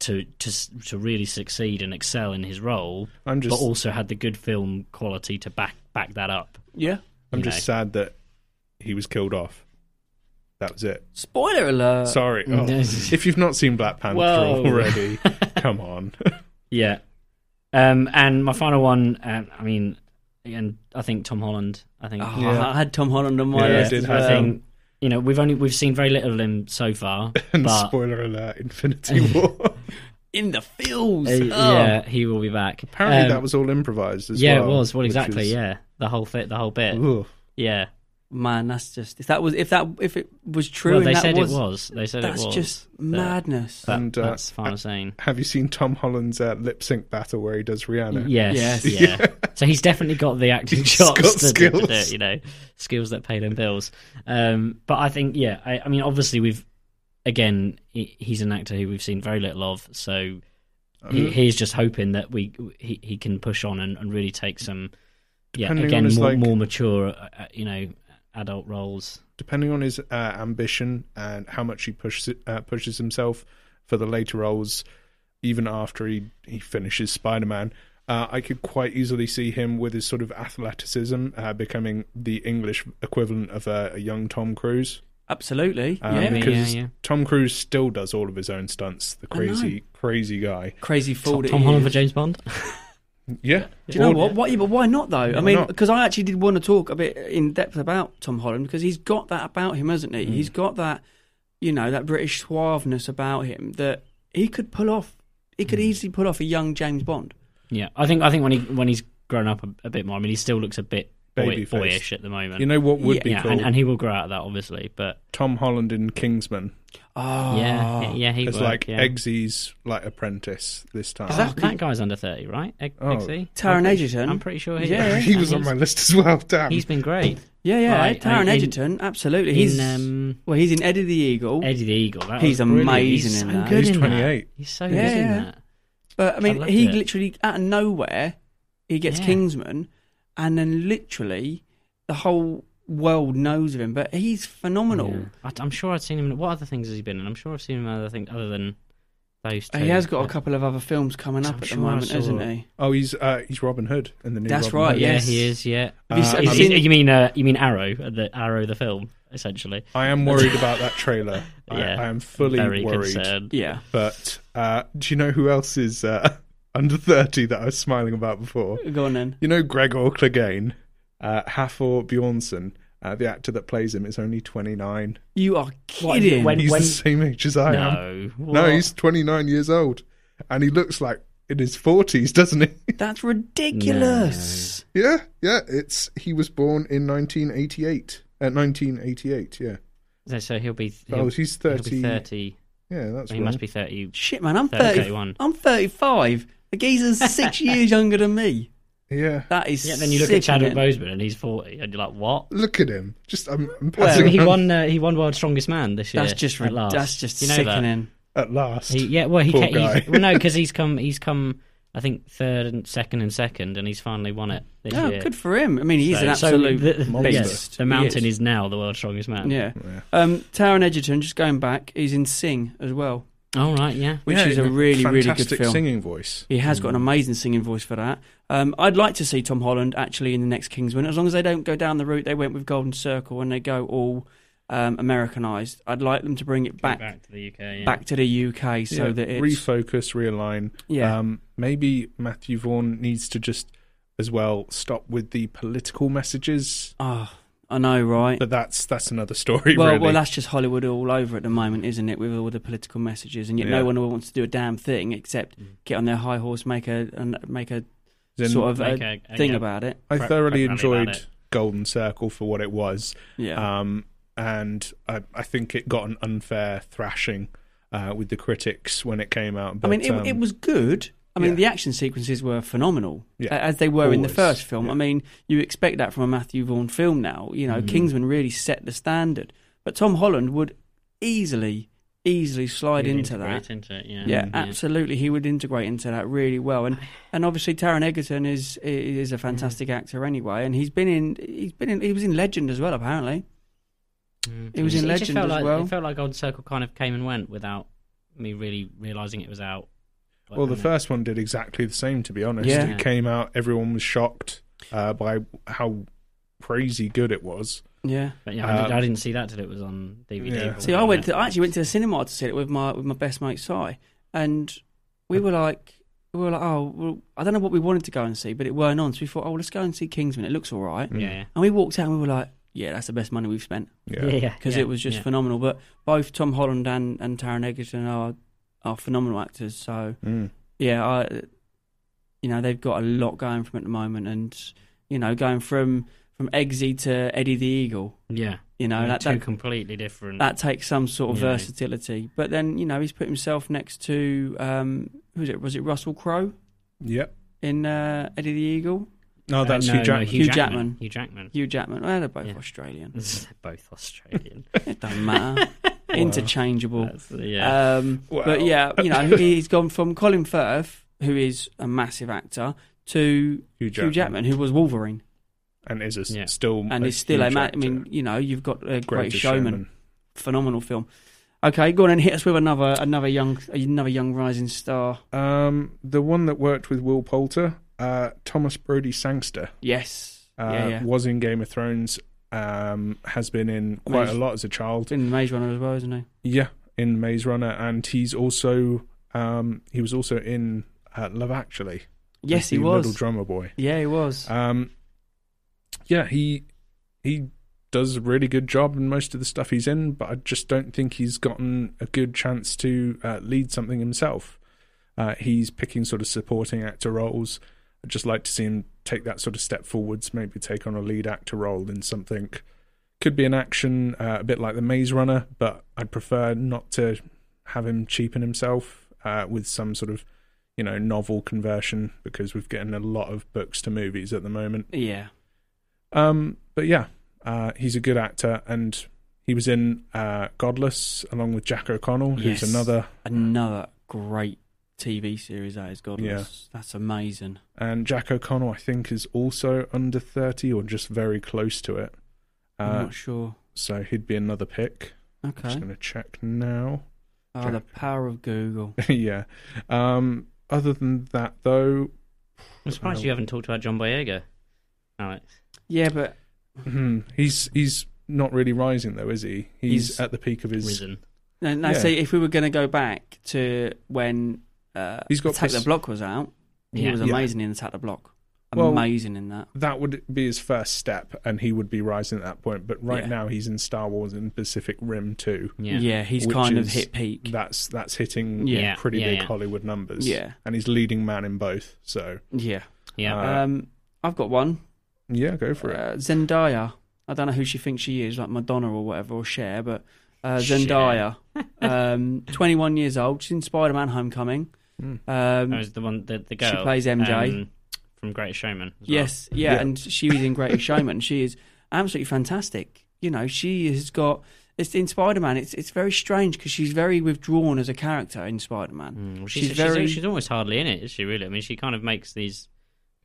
Speaker 5: to to s- to really succeed and excel in his role,
Speaker 4: I'm just
Speaker 5: but also had the good film quality to back back that up.
Speaker 3: Yeah.
Speaker 4: I'm
Speaker 5: you
Speaker 4: just
Speaker 5: know.
Speaker 4: sad that he was killed off. That was it.
Speaker 3: Spoiler
Speaker 5: Uh,
Speaker 3: alert.
Speaker 4: Sorry. Oh, if you've not seen Black Panther
Speaker 5: Whoa.
Speaker 4: already, come on.
Speaker 5: Yeah. Um, and my final one, um, I mean, and I think Tom Holland. I think
Speaker 3: Oh,
Speaker 4: Yeah.
Speaker 3: I had Tom Holland on my
Speaker 4: Yeah, I
Speaker 3: list.
Speaker 4: did
Speaker 3: as
Speaker 4: have
Speaker 5: I
Speaker 3: well.
Speaker 5: think you know we've only we've seen very little of him so far,
Speaker 4: and
Speaker 5: but
Speaker 4: spoiler alert: Infinity War.
Speaker 3: in the fields.
Speaker 5: uh,
Speaker 3: oh.
Speaker 5: yeah, he will be back.
Speaker 4: Apparently,
Speaker 5: Um,
Speaker 4: that was all improvised as
Speaker 5: yeah,
Speaker 4: well.
Speaker 5: it was. Well,
Speaker 4: which
Speaker 5: exactly.
Speaker 4: is-
Speaker 5: Yeah, the whole thing, the whole bit.
Speaker 4: Ugh.
Speaker 5: Yeah.
Speaker 3: Man, that's just if that was if that if it was true
Speaker 5: Well,
Speaker 3: and
Speaker 5: they
Speaker 3: that
Speaker 5: said
Speaker 3: was,
Speaker 5: it was. They said
Speaker 3: that's
Speaker 5: it was.
Speaker 3: just madness.
Speaker 5: That-
Speaker 4: And, uh,
Speaker 5: that's final saying.
Speaker 4: Have you seen Tom Holland's uh, lip sync battle where he does Rihanna?
Speaker 5: Yes,
Speaker 3: Yes.
Speaker 5: yeah. so he's definitely got the acting chops
Speaker 4: got
Speaker 5: to, do- to do
Speaker 4: skills.
Speaker 5: it, you know, skills that pay them bills. Um, but I think, yeah, I, I mean, obviously we've again, he, he's an actor who we've seen very little of, so
Speaker 4: Mm-hmm.
Speaker 5: he,
Speaker 4: Um,
Speaker 5: he's just hoping that we he, he can push on and, and really take some, yeah,
Speaker 4: Depending on
Speaker 5: again,
Speaker 4: his,
Speaker 5: more,
Speaker 4: like-
Speaker 5: more mature, uh, uh, you know, adult roles.
Speaker 4: Depending on his uh, ambition and how much he pushes uh, pushes himself for the later roles, even after he he finishes Spider Man. Uh, I could quite easily see him with his sort of athleticism uh, becoming the English equivalent of uh, a young Tom Cruise.
Speaker 3: Absolutely.
Speaker 4: Um,
Speaker 3: yeah.
Speaker 4: because
Speaker 5: yeah, yeah.
Speaker 4: Tom Cruise still does all of his own stunts. The crazy, crazy guy.
Speaker 3: Crazy fool. that
Speaker 5: Tom
Speaker 3: he
Speaker 5: Holland for
Speaker 3: is.
Speaker 5: James Bond.
Speaker 4: Yeah.
Speaker 3: Do you know
Speaker 4: Or-
Speaker 3: what? Why, yeah, but why not though? I mean,
Speaker 4: not?
Speaker 3: because I actually did want to talk a bit in depth about Tom Holland because he's got that about him, hasn't he?
Speaker 5: Mm.
Speaker 3: He's got that, you know, that British suaveness about him that he could pull off. He
Speaker 5: Mm.
Speaker 3: could easily pull off a young James Bond.
Speaker 5: yeah, I think I think when he when he's grown up a, a bit more, I mean, he still looks a bit boy,
Speaker 4: Baby-faced.
Speaker 5: boyish at the moment.
Speaker 4: You know what would
Speaker 3: Yeah,
Speaker 4: be
Speaker 5: yeah,
Speaker 4: cool?
Speaker 5: and, and he will grow out of that, obviously, but.
Speaker 4: Tom Holland in Kingsman
Speaker 3: Oh,
Speaker 5: Yeah, yeah, yeah, he
Speaker 4: as
Speaker 5: was
Speaker 4: Ah, like
Speaker 5: like yeah.
Speaker 4: Eggsy's like apprentice this time.
Speaker 5: Is that, that guy's under thirty, right? Egg,
Speaker 4: Oh.
Speaker 5: Eggsy?
Speaker 3: Taron
Speaker 5: I'm pretty-
Speaker 3: Egerton.
Speaker 5: I'm pretty sure he.
Speaker 3: Yeah.
Speaker 4: he was
Speaker 5: And
Speaker 4: on my
Speaker 5: he's-
Speaker 4: list as well. Damn.
Speaker 5: He's been great.
Speaker 3: Yeah, yeah,
Speaker 5: Right,
Speaker 3: Taron
Speaker 5: uh, in-
Speaker 3: Egerton, absolutely.
Speaker 5: in,
Speaker 3: He's
Speaker 5: um,
Speaker 3: well, he's in Eddie the Eagle,
Speaker 5: Eddie the Eagle. That
Speaker 3: He's
Speaker 5: was brilliant.
Speaker 3: amazing
Speaker 5: He's
Speaker 3: in
Speaker 5: so
Speaker 3: that.
Speaker 5: good
Speaker 4: He's
Speaker 5: in that.
Speaker 4: 28.
Speaker 5: He's so
Speaker 3: Yeah,
Speaker 5: good in
Speaker 3: yeah.
Speaker 5: that.
Speaker 3: but I mean,
Speaker 5: loved
Speaker 3: he
Speaker 5: it.
Speaker 3: literally out of nowhere he gets
Speaker 5: Yeah.
Speaker 3: Kingsman, and then literally the whole world knows of him. But he's phenomenal.
Speaker 5: Yeah. I, I'm sure I'd seen him. in- What other things has he been in? I'm sure I've seen him in other things other than those two.
Speaker 3: He has got a
Speaker 5: But-
Speaker 3: couple of other films coming
Speaker 5: I'm
Speaker 3: up at
Speaker 5: sure
Speaker 3: the
Speaker 5: I
Speaker 3: moment,
Speaker 5: saw-
Speaker 3: isn't he?
Speaker 4: Oh, he's uh, he's Robin Hood in the new.
Speaker 3: That's
Speaker 4: Robin
Speaker 3: right,
Speaker 4: Hood.
Speaker 5: Yeah,
Speaker 3: yes.
Speaker 5: he is. Yeah.
Speaker 3: Have you
Speaker 4: Uh,
Speaker 3: se-
Speaker 4: I've
Speaker 3: have
Speaker 5: Is-
Speaker 3: you seen-
Speaker 5: you mean uh, you mean Arrow, the Arrow the film, essentially?
Speaker 4: I am worried about that trailer.
Speaker 5: Yeah.
Speaker 4: I, I am fully
Speaker 5: Very
Speaker 4: worried.
Speaker 5: concerned.
Speaker 3: Yeah.
Speaker 4: But uh, do you know who else is uh, under thirty that I was smiling about before?
Speaker 3: Go on then.
Speaker 4: You know Gregor Clegane, uh, Hafor Bjornsson, uh, the actor that plays him is only twenty nine.
Speaker 3: You are
Speaker 5: What,
Speaker 3: kidding.
Speaker 5: when-
Speaker 4: He's the same age as I am.
Speaker 5: No.
Speaker 4: No,
Speaker 5: What?
Speaker 4: he's twenty nine years old, and he looks like in his forties, doesn't he?
Speaker 3: That's ridiculous.
Speaker 4: Yeah, yeah. It's he was born in 1988. At 1988, yeah.
Speaker 5: So- So he'll be.
Speaker 4: Oh,
Speaker 5: He'll,
Speaker 4: he's
Speaker 5: he'll be
Speaker 4: 30.
Speaker 5: thirty.
Speaker 4: Yeah, that's
Speaker 5: He
Speaker 4: right.
Speaker 5: must be thirty.
Speaker 3: Shit, man, I'm 30,
Speaker 5: Thirty, 31.
Speaker 3: I'm 35. The geezer's six years younger than me.
Speaker 4: Yeah,
Speaker 3: That is.
Speaker 5: Yeah. Then you look at Chadwick
Speaker 3: sickening.
Speaker 5: Boseman, and he's forty, and you're like, what?
Speaker 4: look at him. Just I'm, I'm
Speaker 5: So
Speaker 4: passing
Speaker 5: he
Speaker 4: him
Speaker 5: won. Uh, he won World's Strongest Man this year.
Speaker 3: That's just
Speaker 5: at last.
Speaker 3: that's just
Speaker 5: you know That?
Speaker 3: sickening.
Speaker 4: at last.
Speaker 5: He, yeah, well, he
Speaker 4: Poor
Speaker 5: ca- he's,
Speaker 4: guy.
Speaker 5: well, no, because he's come. He's come. I think third and second and second, and he's finally won it this
Speaker 3: Oh,
Speaker 5: year.
Speaker 3: good for him. I mean, he's an
Speaker 5: So-
Speaker 3: absolute
Speaker 5: so the-
Speaker 3: beast.
Speaker 5: yes, the
Speaker 3: He
Speaker 5: mountain is. now the world's strongest man.
Speaker 3: Yeah.
Speaker 4: Oh,
Speaker 3: Um, Taron Egerton, just going back, he's in Sing as well,
Speaker 5: All right. Yeah.
Speaker 3: which
Speaker 4: Yeah,
Speaker 3: is a
Speaker 4: he's
Speaker 3: really, really good
Speaker 4: fantastic
Speaker 3: film.
Speaker 4: singing voice.
Speaker 3: He has got an amazing singing voice for that. Um, I'd like to see Tom Holland actually in the next Kingsman, as long as they don't go down the route they went with Golden Circle and they go all um, Americanized. I'd like them to bring it back back,
Speaker 5: back to the UK. Yeah.
Speaker 3: to the UK so
Speaker 4: Yeah,
Speaker 3: that it's
Speaker 4: refocus, realign.
Speaker 3: Yeah.
Speaker 4: Um, maybe Matthew Vaughan needs to just as well stop with the political messages,
Speaker 3: Oh, I know, right?
Speaker 4: but that's that's another story.
Speaker 3: well,
Speaker 4: really.
Speaker 3: well, that's just Hollywood all over at the moment, isn't it? With all the political messages, and yet
Speaker 4: Yeah.
Speaker 3: no one wants to do a damn thing except get on their high horse, make a and make a
Speaker 4: Then
Speaker 3: sort of
Speaker 5: Make
Speaker 3: a
Speaker 5: a- a-
Speaker 3: thing
Speaker 5: yeah.
Speaker 3: about it.
Speaker 4: I
Speaker 5: Pra-
Speaker 4: thoroughly
Speaker 5: pra- about
Speaker 4: enjoyed
Speaker 5: it.
Speaker 4: Golden Circle for what it was.
Speaker 3: Yeah,
Speaker 4: Um, and I, I think it got an unfair thrashing uh, with the critics when it came out.
Speaker 3: I
Speaker 4: But,
Speaker 3: mean, it,
Speaker 4: um,
Speaker 3: it was good. I mean,
Speaker 4: yeah.
Speaker 3: the action sequences were phenomenal,
Speaker 4: Yeah.
Speaker 3: a- as they were in the
Speaker 4: Always.
Speaker 3: first film.
Speaker 4: Yeah. Mm-hmm.
Speaker 3: I mean, you expect that from a Matthew Vaughn film now. You know, Kingsman really set the standard, but Tom Holland would easily, easily slide
Speaker 5: He'd
Speaker 3: into that.
Speaker 5: integrate into it, yeah.
Speaker 3: Yeah, absolutely. He would integrate into that really well, and and obviously Taron Egerton is is
Speaker 4: Mm-hmm.
Speaker 3: a fantastic actor anyway, and he's been in he's been in he was in Legend as well apparently.
Speaker 5: Mm.
Speaker 3: It was in
Speaker 5: just
Speaker 3: Legend
Speaker 5: felt
Speaker 3: as
Speaker 5: like,
Speaker 3: well.
Speaker 5: It felt like Old Circle kind of came and went without me really realizing it was out. Like,
Speaker 4: well, the
Speaker 5: you know.
Speaker 4: first one did exactly the same, to be honest.
Speaker 3: Yeah.
Speaker 4: It came out, everyone was shocked uh, by how crazy good it was.
Speaker 3: Yeah.
Speaker 5: But yeah, I,
Speaker 4: uh,
Speaker 5: did, I didn't see that till it was on DVD.
Speaker 4: Yeah.
Speaker 5: or
Speaker 3: See, I went to
Speaker 5: whatever.
Speaker 3: I actually went to the cinema to see it with my with my best mate Si, and we were like we were like oh well, I don't know what we wanted to go and see, but it weren't on, so we thought oh well, let's go and see Kingsman. It looks all right,
Speaker 4: Mm.
Speaker 5: Yeah, yeah.
Speaker 3: and we walked out and we were like yeah that's the best money we've spent.
Speaker 4: Yeah.
Speaker 5: yeah,
Speaker 3: because
Speaker 5: yeah,
Speaker 3: it was just
Speaker 5: yeah.
Speaker 3: phenomenal. But both Tom Holland and, and Taron Egerton are are phenomenal actors. So
Speaker 4: Mm.
Speaker 3: yeah, I you know they've got a lot going from at the moment, and you know going from from Eggsy to Eddie the Eagle,
Speaker 5: Yeah,
Speaker 3: you know
Speaker 5: They're
Speaker 3: that
Speaker 5: two
Speaker 3: that,
Speaker 5: completely different.
Speaker 3: that takes some sort of
Speaker 5: Hmm. Yeah.
Speaker 3: versatility. But then you know he's put himself next to um who was it was it Russell Crowe
Speaker 4: Yep.
Speaker 3: in uh, Eddie the Eagle,
Speaker 4: No,
Speaker 5: Uh,
Speaker 4: Oh, that's
Speaker 5: no,
Speaker 4: Hugh
Speaker 5: no,
Speaker 4: Jackman.
Speaker 5: Hugh
Speaker 3: Hugh
Speaker 5: Jackman.
Speaker 3: Jackman.
Speaker 5: Hugh Jackman.
Speaker 3: Hugh Jackman. Well, they're both
Speaker 5: Yeah. Mm.
Speaker 3: Australian.
Speaker 5: They're both Australian.
Speaker 3: It doesn't matter. Interchangeable.
Speaker 5: That's- yeah,
Speaker 3: Um,
Speaker 4: Wow.
Speaker 3: But yeah, you know, he- he's gone from Colin Firth, who is a massive actor, to
Speaker 4: Hugh
Speaker 3: Hugh Jackman, who was Wolverine,
Speaker 4: And is a, s-
Speaker 5: Yeah.
Speaker 4: still
Speaker 3: and
Speaker 4: a
Speaker 3: is still a
Speaker 4: huge
Speaker 3: ma- I
Speaker 4: actor.
Speaker 3: mean, you know, you've got a great
Speaker 4: Greatest
Speaker 3: showman, phenomenal film. Okay, go on and hit us with another another young another young rising star.
Speaker 4: Um, the one that worked with Will Poulter, uh, Thomas Brodie Sangster,
Speaker 3: Yes,
Speaker 4: uh,
Speaker 3: yeah, yeah.
Speaker 4: was in Game of Thrones. Um, has been in quite a
Speaker 3: Maze-
Speaker 4: lot as a child.
Speaker 3: Been in Maze Runner as well, isn't he?
Speaker 4: Yeah, in Maze Runner, and he's also um, he was also in uh, Love Actually.
Speaker 3: Yes,
Speaker 4: as
Speaker 3: he
Speaker 4: the
Speaker 3: was.
Speaker 4: Little drummer boy.
Speaker 3: yeah, he was.
Speaker 4: Um, yeah, he he does a really good job in most of the stuff he's in, but I just don't think he's gotten a good chance to uh, lead something himself. Uh, he's picking sort of supporting actor roles. I'd just like to see him take that sort of step forwards, maybe take on a lead actor role in something. Could be an action, uh, a bit like the Maze Runner, but I'd prefer not to have him cheapen himself uh, with some sort of, you know, novel conversion because we've getting a lot of books to movies at the moment.
Speaker 3: yeah,
Speaker 4: Um, but yeah, Uh, he's a good actor, and he was in uh, Godless along with Jack O'Connell,
Speaker 3: Yes.
Speaker 4: who's another.
Speaker 3: Another great TV series that is Godless. That's amazing.
Speaker 4: And Jack O'Connell, I think, is also under thirty or just very close to it.
Speaker 3: I'm
Speaker 4: Uh,
Speaker 3: not sure.
Speaker 4: so he'd be another pick. I'm
Speaker 3: Okay.
Speaker 4: just going to check now.
Speaker 3: Oh, the power of Google.
Speaker 4: yeah. Um, other than that, though,
Speaker 5: I'm surprised
Speaker 4: Oh.
Speaker 5: you haven't talked about John Boyega, Alex.
Speaker 3: Yeah, but
Speaker 4: hmm, he's he's not really rising though, is he? He's,
Speaker 3: He's
Speaker 4: at the peak of his.
Speaker 5: Risen.
Speaker 3: no, no
Speaker 4: Yeah.
Speaker 3: see, if we were going to go back to when uh,
Speaker 4: He's got
Speaker 3: Attack
Speaker 4: pers-
Speaker 3: the Block was out, he
Speaker 5: Yeah.
Speaker 3: was
Speaker 4: Yeah.
Speaker 3: amazing in Attack the Block.
Speaker 4: Well-
Speaker 3: Amazing in that.
Speaker 4: That would be his first step, and he would be rising at that point. But right
Speaker 3: Yeah.
Speaker 4: now, he's in Star Wars and Pacific Rim too.
Speaker 5: Yeah.
Speaker 3: Yeah, he's
Speaker 4: Which
Speaker 3: kind of
Speaker 4: is-
Speaker 3: hit peak.
Speaker 4: That's that's hitting
Speaker 5: Yeah.
Speaker 4: pretty
Speaker 5: Yeah,
Speaker 4: big
Speaker 5: yeah.
Speaker 4: Hollywood numbers.
Speaker 3: Yeah.
Speaker 4: and he's leading man in both. So
Speaker 3: yeah.
Speaker 5: Yeah.
Speaker 4: Uh,
Speaker 3: um, I've got one.
Speaker 4: yeah, go for it.
Speaker 3: Uh, Zendaya. I don't know who she thinks she is, like Madonna or whatever, or Cher, but uh,
Speaker 5: Cher.
Speaker 3: Zendaya, um, 21 years old. She's in Spider-Man: Homecoming.
Speaker 4: Mm.
Speaker 3: Um,
Speaker 5: that was the one, the, the girl.
Speaker 3: she plays MJ.
Speaker 5: um, from Greatest Showman. as well.
Speaker 3: Yes, yeah,
Speaker 4: Yeah.
Speaker 3: and she was in Greatest Showman. She is absolutely fantastic. You know, she has got. It's in Spider Man. It's it's very strange because she's very withdrawn as a character in Spider Man.
Speaker 5: Mm,
Speaker 4: Hmm.
Speaker 5: well,
Speaker 3: She's very-
Speaker 5: She's, almost hardly in it, is she? Really? I mean, she kind of makes these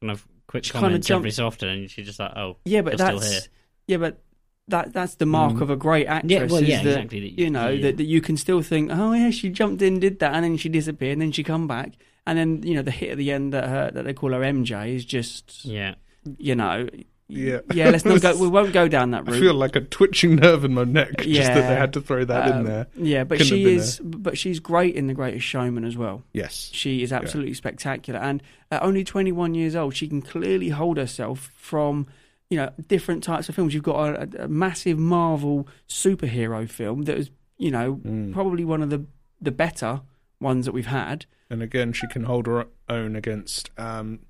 Speaker 5: kind of quick
Speaker 3: She kind of
Speaker 5: comments every
Speaker 3: jumps-
Speaker 5: so often, and she's just like, "Oh,
Speaker 3: Yeah, but
Speaker 5: You're still
Speaker 3: that's
Speaker 5: here. Mm.
Speaker 3: yeah, but that that's the mark of a great actress.
Speaker 5: Yeah, well,
Speaker 3: is
Speaker 5: yeah,
Speaker 3: that,
Speaker 5: exactly, that you-
Speaker 3: You know
Speaker 5: yeah.
Speaker 3: that, that you can still think, oh yeah, she jumped in, did that, and then she disappeared, and then she come back, and then you know the hit at the end that her that they call her MJ is just
Speaker 5: yeah."
Speaker 3: you know
Speaker 4: Yeah.
Speaker 3: yeah. Let's not go. We won't go down that route.
Speaker 4: I feel like a twitching nerve in my neck just that
Speaker 3: Yeah.
Speaker 4: they had to throw that in
Speaker 3: Um,
Speaker 4: there.
Speaker 3: Yeah, but
Speaker 4: Couldn't have
Speaker 3: she
Speaker 4: been
Speaker 3: is, but she's great in The Greatest Showman as well.
Speaker 4: Yes,
Speaker 3: She is absolutely spectacular, and at only 21 years old, she can clearly hold herself from you know different types of films. You've got a, a- a massive Marvel superhero film that is you know
Speaker 4: Hmm.
Speaker 3: probably one of the the better ones that we've had.
Speaker 4: and again, she can hold her own against um,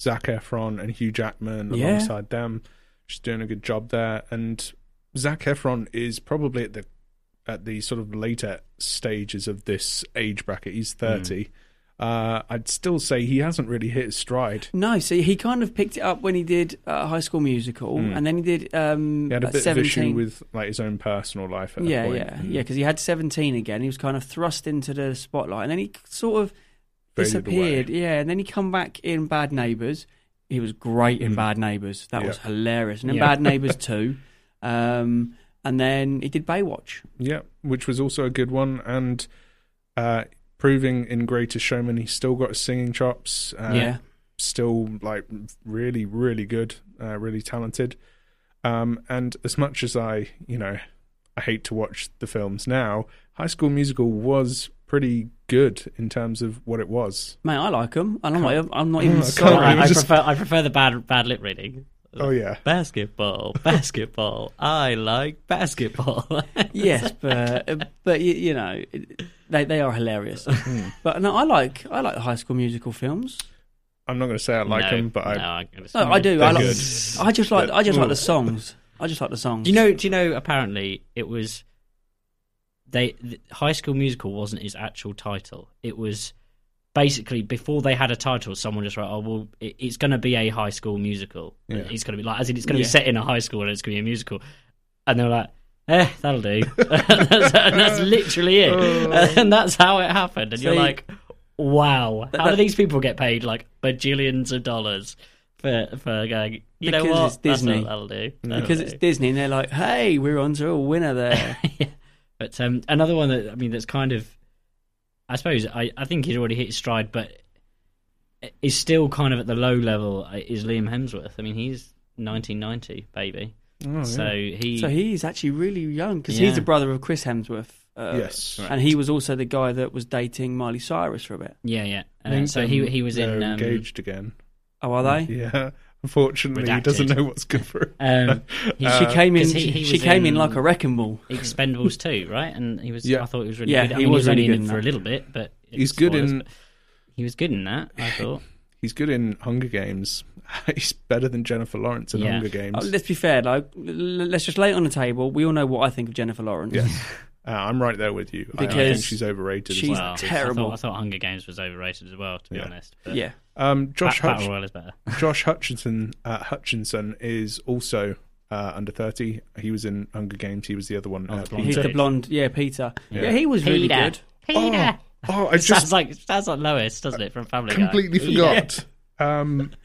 Speaker 4: Zac Efron and Hugh Jackman
Speaker 3: Yeah.
Speaker 4: alongside them. She's doing a good job there, and Zac Efron is probably at the at the sort of later stages of this age bracket.
Speaker 3: Hmm.
Speaker 4: He's thirty. Uh, I'd still say he hasn't really hit his stride.
Speaker 3: No, see, he kind of picked it up when he did uh, High School Musical, and then he did um,
Speaker 4: Hmm. He had a
Speaker 3: uh,
Speaker 4: bit
Speaker 3: 17.
Speaker 4: of issue with like his own personal life at that
Speaker 3: yeah,
Speaker 4: point. Hmm.
Speaker 3: yeah, yeah, because he had 17 again. He was kind of thrust into the spotlight, and then he sort of
Speaker 4: Faded away.
Speaker 3: disappeared. Yeah, and then he come back in Bad Neighbours. He was great in Bad Neighbours. That was
Speaker 4: Mm. Yeah.
Speaker 3: hilarious. And in
Speaker 5: Yeah.
Speaker 3: Bad Neighbours too, um, and then he did Baywatch.
Speaker 4: Yeah, which was also a good one, and uh, proving in Greatest Showman he's still got his singing chops. Uh,
Speaker 3: yeah,
Speaker 4: still like really, really good, uh, really talented. Um, and as much as I, you know, I hate to watch the films now, High School Musical was pretty good in terms of what it was.
Speaker 3: mate, I like him. And I'm not. I'm not even.
Speaker 4: I
Speaker 3: sorry.
Speaker 4: can't
Speaker 5: I,
Speaker 4: remember
Speaker 5: I
Speaker 4: just-
Speaker 5: prefer I prefer the bad bad lip reading.
Speaker 4: Oh yeah,
Speaker 5: Basketball, basketball. I like basketball.
Speaker 3: yes, but uh, but you, you know, it- they they are hilarious.
Speaker 4: Mm.
Speaker 3: but no, I like I like High School Musical films.
Speaker 4: I'm not going to say I like
Speaker 5: no,
Speaker 4: him, but
Speaker 5: no,
Speaker 4: I,
Speaker 5: I, gotta say.
Speaker 3: No, I do.
Speaker 4: Mm, They're
Speaker 3: I like.
Speaker 4: good. Mm.
Speaker 3: I just like. I just like the
Speaker 4: But-
Speaker 3: songs. I just like the songs.
Speaker 5: Do you know? Do you know? Apparently, it was they. The High School Musical wasn't his actual title. It was basically before they had a title, someone just wrote, "Oh, well, it, it's going to be a High School Musical.
Speaker 4: Yeah.
Speaker 5: It's going to be like, as in, it's going to
Speaker 3: Yeah.
Speaker 5: be set in a high school and it's going to be a musical." And they were like. Eh, that'll do. that's, and that's literally it, and that's how it happened. And you're
Speaker 3: Oh. See-
Speaker 5: like, "Wow, how do
Speaker 3: that-
Speaker 5: these people get paid like bajillions of dollars for for going? You know
Speaker 3: Because
Speaker 5: what?
Speaker 3: it's
Speaker 5: That's
Speaker 3: Disney.
Speaker 5: what that'll do." That'll
Speaker 3: because it's
Speaker 5: do."
Speaker 3: Disney, and they're like, "Hey, we're on to a winner there."
Speaker 5: But um, another one that I mean, that's kind of, I suppose I, I think he's already hit his stride, but is still kind of at the low level uh, is Liam Hemsworth. I mean, he's 1990 baby, so he
Speaker 3: So he's actually really young because
Speaker 5: Yeah.
Speaker 3: he's the brother of Chris Hemsworth. Uh,
Speaker 4: Yes.
Speaker 3: and he was also the guy that was dating Miley Cyrus for a bit.
Speaker 5: yeah yeah.
Speaker 4: I
Speaker 5: Uh,
Speaker 4: think
Speaker 5: so he
Speaker 4: them-
Speaker 5: he was
Speaker 4: they're
Speaker 5: in um,
Speaker 4: engaged again.
Speaker 3: Oh, are they?
Speaker 4: Yeah, unfortunately, he doesn't
Speaker 5: Redacted.
Speaker 4: know what's good for him.
Speaker 5: um, he,
Speaker 3: She came in.
Speaker 5: 'cause he- he
Speaker 3: she
Speaker 5: was
Speaker 3: came in
Speaker 5: in-
Speaker 3: like a wrecking ball.
Speaker 5: Expendables too, right? And he was
Speaker 4: Yeah.
Speaker 5: I thought he was really
Speaker 3: Yeah,
Speaker 5: good. I
Speaker 3: he
Speaker 5: mean,
Speaker 3: was
Speaker 5: he was
Speaker 3: really
Speaker 5: only
Speaker 3: good
Speaker 5: in
Speaker 3: in
Speaker 5: it for a
Speaker 3: that.
Speaker 5: lit't bit, but
Speaker 4: He's good
Speaker 5: spoilers,
Speaker 4: in
Speaker 5: but he was good in that. I thought
Speaker 4: He's good in Hunger Games. He's better than Jennifer Lawrence in
Speaker 5: Yeah.
Speaker 4: Hunger Games.
Speaker 3: Oh, let's be fair, though. L- Let's just lay it on the table. We all know what I think of Jennifer Lawrence.
Speaker 4: Yes. Uh, I'm right there with you. I, I think
Speaker 3: Because
Speaker 4: she's overrated.
Speaker 3: she's-
Speaker 4: as well.
Speaker 5: Wow.
Speaker 3: terrible.
Speaker 5: I thought, I thought Hunger Games was overrated as well, to be
Speaker 4: Yeah.
Speaker 5: honest. But
Speaker 3: Yeah.
Speaker 4: Um, Josh
Speaker 5: Battle
Speaker 4: Hutch-
Speaker 5: Royale is better.
Speaker 4: Josh Hutchinson uh, Hutchinson is also uh, uh, under thirty. He was in Hunger Games. He was the other one.
Speaker 5: Oh,
Speaker 4: uh,
Speaker 5: the blonde
Speaker 3: He's
Speaker 4: Peter.
Speaker 3: the
Speaker 5: Peter.
Speaker 3: blonde. Yeah, Peter.
Speaker 4: Yeah.
Speaker 3: Yeah, he was really
Speaker 5: Peter.
Speaker 3: good.
Speaker 5: Peter.
Speaker 4: Oh, I just
Speaker 5: sounds like sounds like Lois, doesn't it, from Family Guy?
Speaker 4: completely
Speaker 5: Peter.
Speaker 4: forgot. Um,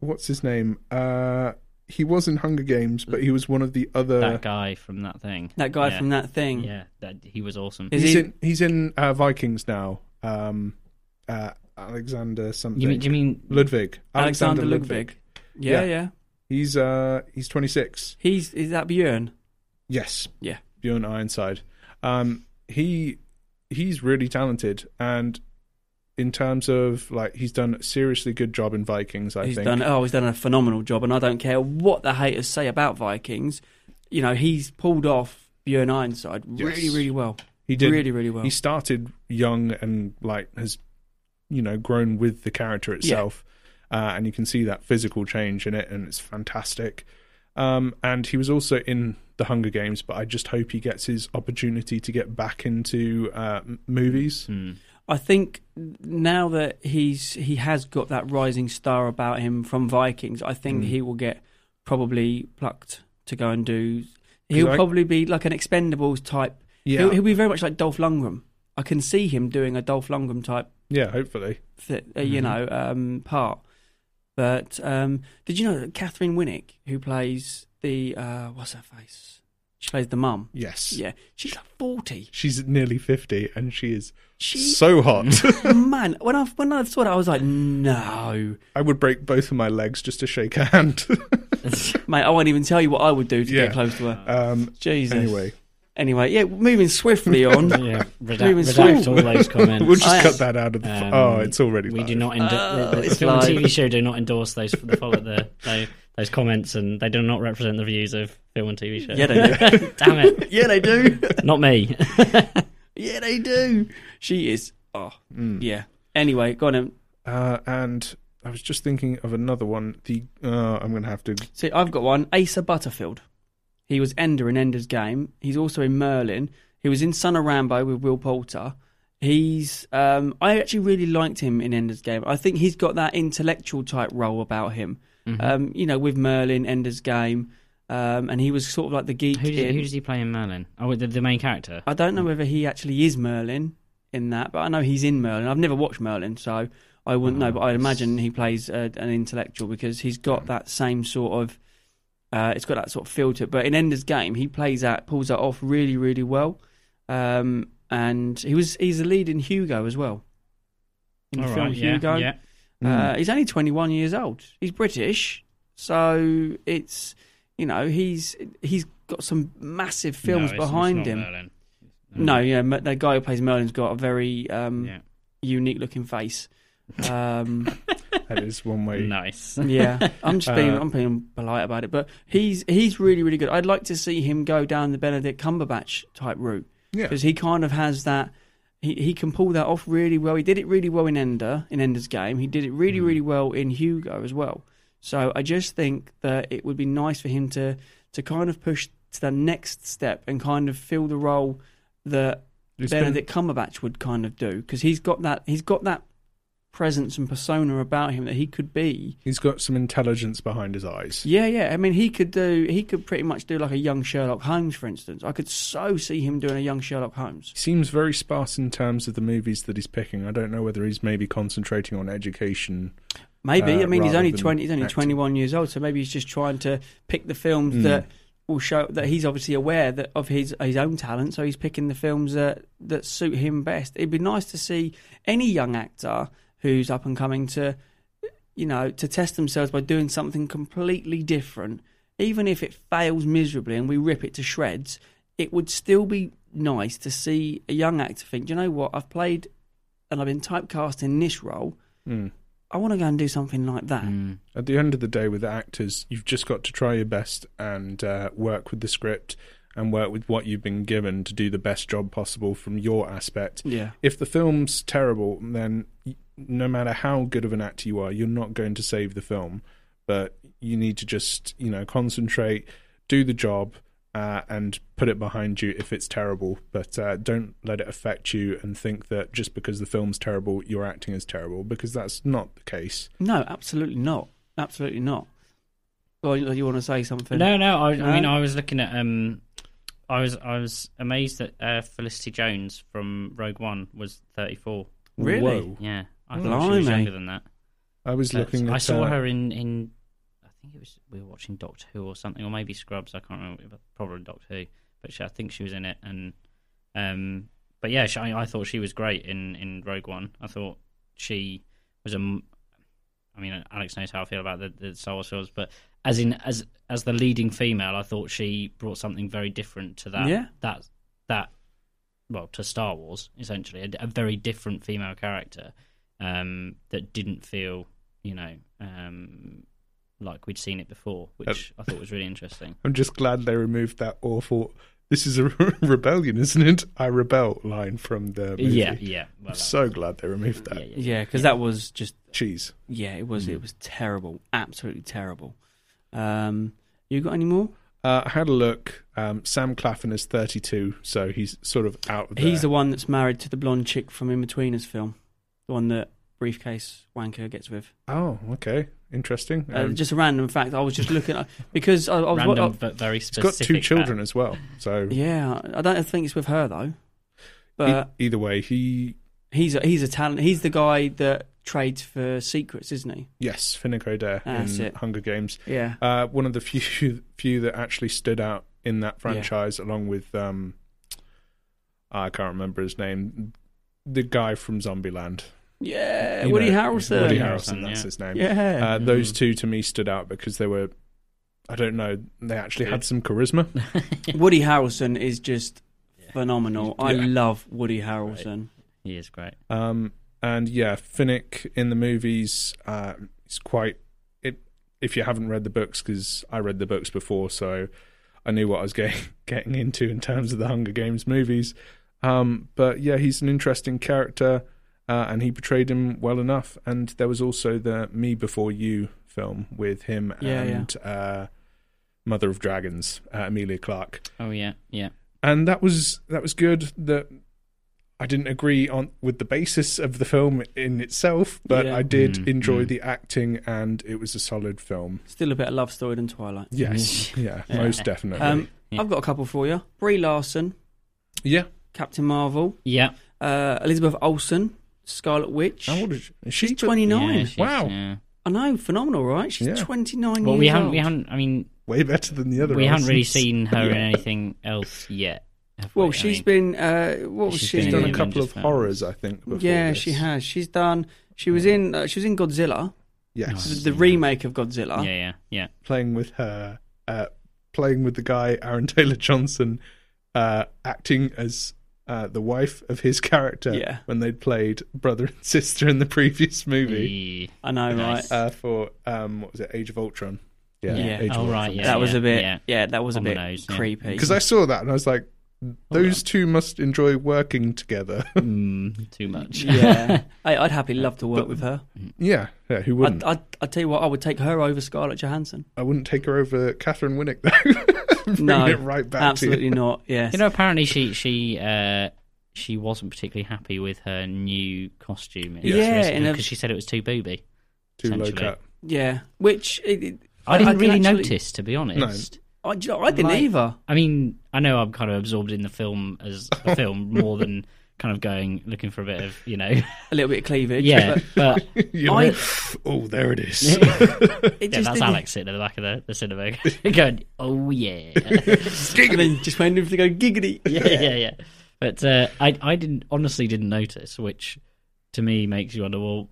Speaker 4: what's his name? Uh, he was in Hunger Games, but he was one of the other.
Speaker 5: that guy from that thing.
Speaker 3: That guy
Speaker 5: Yeah.
Speaker 3: from that thing.
Speaker 5: Yeah, that, he was awesome.
Speaker 3: Is
Speaker 4: he's
Speaker 3: he-
Speaker 4: in he's in uh, Vikings now. Um, uh, Alexander something.
Speaker 5: you mean? do You mean?
Speaker 4: Ludwig.
Speaker 3: Alexander, Ludwig. Yeah,
Speaker 4: Yeah.
Speaker 3: yeah,
Speaker 4: He's uh he's 26.
Speaker 3: He's is that Bjorn?
Speaker 4: Yes.
Speaker 3: Yeah.
Speaker 4: Bjorn Ironside. Um he he's really talented and in terms of like he's done a seriously good job in Vikings, I
Speaker 3: he's
Speaker 4: think.
Speaker 3: done. Oh, he's done a phenomenal job, and I don't care what the haters say about Vikings. You know, he's pulled off Bjorn Ironside really,
Speaker 4: Yes.
Speaker 3: really well.
Speaker 4: he did
Speaker 3: really, really well.
Speaker 4: He started young and like has you know grown with the character itself. Uh, and you can see that physical change in it and it's fantastic. Um and he was also in the Hunger Games, but I just hope he gets his opportunity to get back into uh, m- movies.
Speaker 3: Hmm. I think now that he's he has got that rising star about him from Vikings, I
Speaker 4: Mm.
Speaker 3: think he will get probably plucked to go and do. He'll
Speaker 4: I-
Speaker 3: probably be like an Expendables type.
Speaker 4: Yeah.
Speaker 3: He'll, he'll be very much like Dolph Lundgren. I can see him doing a Dolph Lundgren type,
Speaker 4: Yeah, hopefully.
Speaker 3: th- uh,
Speaker 4: Mm-hmm.
Speaker 3: you know, um, part. But um, did you know that Catherine Winnick, who plays the uh, what's her face? She plays the mum.
Speaker 4: Yes.
Speaker 3: Yeah, she's like forty.
Speaker 4: She's nearly 50 and she is
Speaker 3: She
Speaker 4: so hot.
Speaker 3: man, when I when I saw that, I was like, no.
Speaker 4: I would break both of my legs just to shake her hand.
Speaker 3: Mate, I won't even tell you what I would do to
Speaker 4: Yeah.
Speaker 3: get close to her.
Speaker 4: um,
Speaker 3: Jesus.
Speaker 4: anyway,
Speaker 3: Anyway, yeah, moving swiftly on.
Speaker 5: Yeah, redact,
Speaker 3: Even
Speaker 5: redact
Speaker 3: so.
Speaker 5: all those comments.
Speaker 4: we'll just
Speaker 3: I-
Speaker 4: cut that out of the.
Speaker 5: Um,
Speaker 4: oh, it's already
Speaker 5: we
Speaker 4: live.
Speaker 5: do not endo-
Speaker 3: Oh,
Speaker 5: the, the
Speaker 3: it's
Speaker 5: film and
Speaker 3: live.
Speaker 5: TV show do not endorse those the, follow- the, the those comments, and they do not represent the views of film and TV show.
Speaker 3: Yeah, they do.
Speaker 5: Damn it,
Speaker 3: yeah, they do.
Speaker 5: not me.
Speaker 3: yeah, they do. She is. Oh,
Speaker 4: Mm.
Speaker 3: yeah. Anyway, go on. Em.
Speaker 4: Uh, and I was just thinking of another one. The uh, I'm going to have to.
Speaker 3: See, I've got one. Asa Butterfield. He was Ender in Ender's Game. He's also in Merlin. He was in Son of Rambo with Will Poulter. He's. Um, I actually really liked him in Ender's Game. I think he's got that intellectual type role about him. Um, you know, with Merlin, Ender's Game, um, and he was sort of like the geek.
Speaker 5: who, does,
Speaker 3: in-
Speaker 5: who does he play in Merlin? Oh, the, the main character.
Speaker 3: I don't know whether he actually is Merlin in that, but I know he's in Merlin. I've never watched Merlin, so I wouldn't
Speaker 5: Ah,
Speaker 3: know. But I'd imagine he plays uh, an intellectual because he's
Speaker 5: Hmm.
Speaker 3: got that same sort of. Uh, it's got that sort of feel to it. But in Ender's Game, he plays that, pulls that off really, really well. Um, and he was he's a lead in Hugo as well. In the
Speaker 5: All
Speaker 3: film
Speaker 5: right, yeah,
Speaker 3: Hugo,
Speaker 5: yeah.
Speaker 4: mm,
Speaker 5: Hmm.
Speaker 3: uh, he's only 21 years old. He's British, so it's you know he's he's got some massive films
Speaker 5: No, it's- it's
Speaker 3: behind
Speaker 5: not
Speaker 3: him.
Speaker 5: Merlin.
Speaker 3: No,
Speaker 4: Mm.
Speaker 3: yeah, Mer- the guy who plays Merlin's got a very um,
Speaker 5: Yeah.
Speaker 3: unique looking face. Um,
Speaker 4: That is one way.
Speaker 5: Nice.
Speaker 3: yeah, I'm just being
Speaker 4: Uh,
Speaker 3: I'm being polite about it, but he's he's really really good. I'd like to see him go down the Benedict Cumberbatch type route
Speaker 4: Yeah.
Speaker 3: because he kind of has that. He, he can pull that off really well. He did it really well in Ender in Ender's Game. He did it really
Speaker 4: Mm.
Speaker 3: really well in Hugo as well. So I just think that it would be nice for him to to kind of push to the next step and kind of fill the role that
Speaker 4: It's been-
Speaker 3: Benedict Cumberbatch would kind of do because he's got that he's got that presence and persona about him that he could be.
Speaker 4: He's got some intelligence behind his eyes.
Speaker 3: Yeah, yeah. I mean, he could do he could pretty much do like a young Sherlock Holmes, for instance. I could so see him doing a young Sherlock Holmes.
Speaker 4: He seems very sparse in terms of the movies that he's picking. I don't know whether he's maybe concentrating on education.
Speaker 3: Maybe.
Speaker 4: Uh,
Speaker 3: I mean, he's
Speaker 4: rather
Speaker 3: only
Speaker 4: than
Speaker 3: twenty. He's only
Speaker 4: acting. Hmm.
Speaker 3: twenty one years old, so maybe he's just trying to pick the films that will show that he's obviously aware that of his his own talent. So he's picking the films that that suit him best. It'd be nice to see any young actor who's up and coming to, you know, to test themselves by doing something completely different, even if it fails miserably and we rip it to shreds. It would still be nice to see a young actor think, "Do you know what? I've played and I've been typecast in this role. I want to go and do something like that.
Speaker 5: Mm.
Speaker 4: At the end of the day, with the actors, you've just got to try your best and uh, work with the script and work with what you've been given to do the best job possible from your aspect.
Speaker 3: Yeah.
Speaker 4: If the film's terrible, then y- no matter how good of an actor you are, you're not going to save the film. But you need to just, you know, concentrate, do the job, uh, and put it behind you if it's terrible. But uh, don't let it affect you and think that just because the film's terrible, your acting is terrible, because that's not the case.
Speaker 3: No, absolutely not. Absolutely not. Or you, you want to say something?
Speaker 5: No, no. I,
Speaker 3: No?
Speaker 5: I mean, I was looking at. Um, I was I was amazed that uh, Felicity Jones from Rogue One was 34.
Speaker 3: Really?
Speaker 4: Whoa.
Speaker 5: Yeah, I thought she was
Speaker 3: Blimey.
Speaker 5: younger than that.
Speaker 4: I was
Speaker 5: But
Speaker 4: looking. At,
Speaker 5: I saw
Speaker 4: uh,
Speaker 5: her in in. I think it was we were watching Doctor Who or something, or maybe Scrubs. I can't remember. but Probably Doctor Who, but she, I think she was in it. And um, but yeah, she, I, I thought she was great in in Rogue One. I thought she was a. m- I mean, Alex knows how I feel about the, the Star Wars films, but as in as as the leading female, I thought she brought something very different to that.
Speaker 3: Yeah.
Speaker 5: That that well to Star Wars essentially a, a very different female character um, that didn't feel you know um, like we'd seen it before, which I thought was really interesting.
Speaker 4: I'm just glad they removed that awful. This is a rebellion, isn't it? I rebel line from the movie.
Speaker 5: Yeah, yeah. Well,
Speaker 4: I'm so glad they removed
Speaker 5: that-
Speaker 4: that.
Speaker 5: yeah, yeah,
Speaker 3: Yeah, because that was just
Speaker 4: Cheese.
Speaker 3: yeah, it was it was terrible, absolutely terrible. Um, you got any more?
Speaker 4: Uh, I had a look. Um, Sam Claflin is 32, so he's sort of out there.
Speaker 3: He's the one that's married to the blonde chick from In Between Us film, the one that briefcase wanker gets with.
Speaker 4: Oh, okay, interesting.
Speaker 3: Uh,
Speaker 4: Um,
Speaker 3: just a random fact. I was just looking at, because I,
Speaker 4: Oh,
Speaker 3: I was.
Speaker 5: Random
Speaker 3: I-
Speaker 5: but very
Speaker 4: he's got
Speaker 5: specific. uh,
Speaker 4: two children
Speaker 5: fact.
Speaker 4: as well, so
Speaker 3: yeah, I don't think it's with her though.
Speaker 4: e-
Speaker 3: But
Speaker 4: either way, he
Speaker 3: he's a, he's a talent. He's the guy that trades for secrets, isn't he?
Speaker 4: yes, Finnick O'Dare
Speaker 3: That's
Speaker 4: in
Speaker 3: it.
Speaker 4: Hunger Games.
Speaker 3: Yeah.
Speaker 4: Uh, one of the few few that actually stood out in that franchise, along with um, I can't remember his name, the guy from Zombieland.
Speaker 3: Yeah,
Speaker 4: You
Speaker 3: Woody
Speaker 4: know,
Speaker 3: Harrelson.
Speaker 4: Woody
Speaker 5: Harrelson,
Speaker 4: Harrelson, that's
Speaker 5: yeah.
Speaker 4: his name.
Speaker 3: Yeah.
Speaker 4: Uh, those two to me stood out because they were, I don't know, they actually had some charisma.
Speaker 5: Uh,
Speaker 3: Woody Harrelson is just phenomenal. I
Speaker 4: Yeah.
Speaker 3: love Woody Harrelson.
Speaker 5: He is great.
Speaker 4: Um, and yeah, Finnick in the movies uh, is quite. It, if you haven't read the books, because I read the books before, so I knew what I was getting getting into in terms of the Hunger Games movies. Um, but yeah, he's an interesting character, uh, and he portrayed him well enough. And there was also the Me Before You film with him
Speaker 3: Yeah, yeah.
Speaker 4: and Uh, Mother of Dragons, uh, Amelia Clark
Speaker 5: Oh yeah, yeah.
Speaker 4: and that was that was good that I didn't agree on with the basis of the film in itself, but
Speaker 3: Yeah.
Speaker 4: I did
Speaker 5: Mm,
Speaker 4: enjoy
Speaker 5: mm.
Speaker 4: the acting, and it was a solid film.
Speaker 3: Still a better love story than Twilight.
Speaker 4: Yes, yeah,
Speaker 5: Yeah.
Speaker 4: most definitely.
Speaker 3: Um,
Speaker 5: Yeah.
Speaker 3: I've got a couple for you. Brie Larson,
Speaker 4: yeah,
Speaker 3: Captain Marvel,
Speaker 5: Yeah.
Speaker 3: uh, Elizabeth Olsen, Scarlet Witch.
Speaker 4: and what is, is
Speaker 3: She's
Speaker 4: she?
Speaker 3: twenty nine.
Speaker 5: Yeah, she's-
Speaker 4: Wow.
Speaker 5: yeah.
Speaker 3: I know, phenomenal, right? She's
Speaker 4: Yeah.
Speaker 3: twenty nine.
Speaker 5: Well,
Speaker 3: years
Speaker 5: we haven't.
Speaker 3: old.
Speaker 5: We haven't. I mean,
Speaker 4: way better than the other.
Speaker 5: we haven't really
Speaker 4: Olsens.
Speaker 5: seen her in
Speaker 4: Yeah.
Speaker 5: anything else yet. have we?
Speaker 3: Well,
Speaker 5: I
Speaker 3: she's
Speaker 5: mean,
Speaker 3: been. Uh, what was
Speaker 5: She's
Speaker 3: she?
Speaker 5: been
Speaker 4: She's done a
Speaker 5: Even
Speaker 4: couple of
Speaker 5: just films.
Speaker 4: horrors, I think. Before
Speaker 3: yeah,
Speaker 4: this.
Speaker 3: she has. She's done. She was in. Uh, she was in Godzilla,
Speaker 4: Yes,
Speaker 5: Nice.
Speaker 3: the remake of Godzilla.
Speaker 5: Yeah, yeah, yeah.
Speaker 4: playing with her, uh, playing with the guy Aaron Taylor Johnson, uh, acting as uh, the wife of his character
Speaker 3: Yeah.
Speaker 4: when they'd played brother and sister in the previous movie
Speaker 5: The-
Speaker 3: I know,
Speaker 5: Nice.
Speaker 3: right?
Speaker 4: uh, for um, what was it, Age of Ultron?
Speaker 3: Yeah.
Speaker 4: Age
Speaker 5: Oh, right, yeah.
Speaker 3: that was a bit.
Speaker 5: yeah.
Speaker 3: Yeah, that was a
Speaker 5: On the
Speaker 3: bit
Speaker 5: nose, yeah.
Speaker 3: creepy.
Speaker 4: Because I saw that and I was like, those two must enjoy working together.
Speaker 5: Oh, Mm, too much.
Speaker 3: yeah, I, I'd happily love to work with her.
Speaker 4: yeah, yeah, who
Speaker 3: I'd,
Speaker 4: wouldn't? I,
Speaker 3: I'd, I'd tell you what, I would take her over Scarlett Johansson.
Speaker 4: wouldn't take her over Catherine Winnick though. Bring
Speaker 3: no,
Speaker 4: it right back
Speaker 3: absolutely
Speaker 4: to
Speaker 3: not. Yes,
Speaker 5: You know, apparently she she uh, she wasn't particularly happy with her new costume. in this
Speaker 3: Yeah,
Speaker 5: recent-
Speaker 3: and a-
Speaker 5: because she said it was too booby.
Speaker 4: you. Too low
Speaker 5: Essentially.
Speaker 4: cut.
Speaker 3: yeah. Which it, it-
Speaker 5: I didn't
Speaker 3: can
Speaker 5: really
Speaker 3: actually-
Speaker 5: notice, to be honest.
Speaker 3: I, do you know, I didn't
Speaker 5: Like-
Speaker 3: either.
Speaker 5: I mean, I know I'm kind of absorbed in the film as a film more than kind of going looking for a bit of you know.
Speaker 3: A little bit of cleavage.
Speaker 5: Yeah,
Speaker 3: but
Speaker 5: but
Speaker 4: You're
Speaker 3: I-
Speaker 4: like, oh, there it is.
Speaker 3: it
Speaker 5: yeah,
Speaker 3: just
Speaker 5: that's
Speaker 3: didn't-
Speaker 5: Alex sitting at the back of the, the cinema going, "Oh yeah,
Speaker 3: And then just went in to go giggity.
Speaker 5: yeah, yeah, yeah." But uh, I, I didn't honestly didn't notice, which to me makes you wonder, well,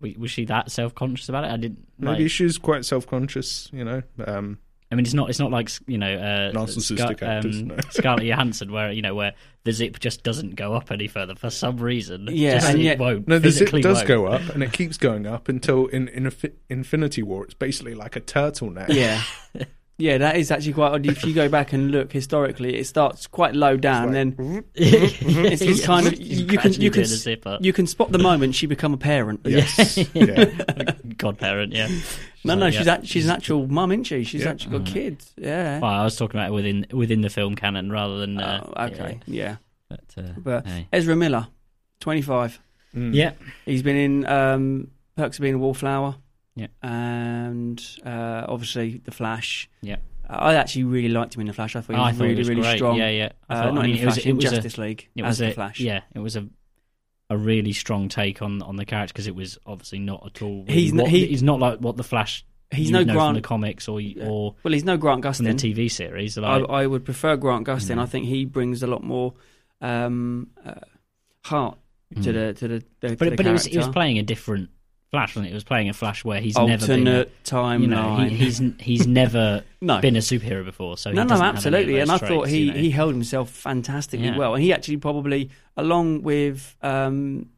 Speaker 5: w- was she that self conscious about it? I didn't. Like,
Speaker 4: Maybe she's quite self-conscious, you know. Um,
Speaker 5: I mean, it's not it's not like you know, uh,
Speaker 4: Narcissistic actors, no.
Speaker 5: Scarlett Johansson, where you know where the zip just doesn't go up any further for some reason.
Speaker 3: Yeah,
Speaker 5: Just
Speaker 3: and
Speaker 5: it
Speaker 3: yet-
Speaker 5: won't.
Speaker 4: No, the zip
Speaker 5: physically
Speaker 4: does
Speaker 5: won't.
Speaker 4: go up, and it keeps going up until in, in Infinity War, it's basically like a turtleneck.
Speaker 3: Yeah. Yeah, that is actually quite odd. If you go back and look historically, it starts quite low down, and then Mm-hmm. it's, it's kind of
Speaker 5: She's
Speaker 3: you, can
Speaker 5: gradually
Speaker 3: you can
Speaker 5: doing a
Speaker 3: s-
Speaker 5: zip up.
Speaker 3: you can spot the moment she become a parent.
Speaker 4: Yes. yeah.
Speaker 5: godparent. Yeah.
Speaker 3: No, no,
Speaker 5: Yeah. Mm.
Speaker 3: she's act she's an actual mum, isn't she? She's
Speaker 4: Yeah.
Speaker 3: actually got kids. Yeah.
Speaker 5: Well, I was talking about it within within the film canon rather than. Uh,
Speaker 3: Oh, okay. Yeah.
Speaker 5: Yeah, but, uh,
Speaker 3: But hmm,
Speaker 5: hey.
Speaker 3: Ezra Miller, twenty five.
Speaker 4: Mm.
Speaker 5: yeah,
Speaker 3: He's been in um, Perks of Being a Wallflower.
Speaker 5: Yeah.
Speaker 3: and uh, obviously the Flash.
Speaker 5: Yeah.
Speaker 3: I actually really liked him in the Flash. I thought he
Speaker 5: I
Speaker 3: was
Speaker 5: thought
Speaker 3: really,
Speaker 5: it was
Speaker 3: really
Speaker 5: great.
Speaker 3: strong.
Speaker 5: Yeah, yeah. I
Speaker 3: Uh,
Speaker 5: thought-
Speaker 3: not
Speaker 5: I mean,
Speaker 3: in
Speaker 5: it
Speaker 3: the
Speaker 5: was,
Speaker 3: Flash,
Speaker 5: it
Speaker 3: in
Speaker 5: was a,
Speaker 3: Justice League
Speaker 5: it
Speaker 3: as
Speaker 5: was
Speaker 3: the
Speaker 5: a,
Speaker 3: Flash.
Speaker 5: Yeah, it was a a really strong take on on the character because it was obviously not at all. really
Speaker 3: He's n-
Speaker 5: what-
Speaker 3: he-
Speaker 5: he's not like what the Flash.
Speaker 3: He's
Speaker 5: you
Speaker 3: no
Speaker 5: know from
Speaker 3: Grant-
Speaker 5: the comics or you-
Speaker 3: Yeah.
Speaker 5: or
Speaker 3: Well, he's no Grant
Speaker 5: from the
Speaker 3: Gustin.
Speaker 5: TV series.
Speaker 3: I,
Speaker 5: Like, Hmm.
Speaker 3: I would prefer Grant Gustin. I think he brings a lot more um, uh, heart to
Speaker 5: Mm.
Speaker 3: the to the, to the
Speaker 5: but but it was, it was
Speaker 3: character.
Speaker 5: playing a different Flash, wasn't it? It was playing a Flash where he's never been. a-
Speaker 3: alternate timeline.
Speaker 5: You know, he, he's he's never
Speaker 3: no,
Speaker 5: been a superhero before, so he
Speaker 3: no, no,
Speaker 5: doesn't have any of
Speaker 3: absolutely.
Speaker 5: those
Speaker 3: And I thought
Speaker 5: traits,
Speaker 3: he,
Speaker 5: you know.
Speaker 3: he held himself fantastically
Speaker 5: Yeah.
Speaker 3: well, and he actually probably, along with um,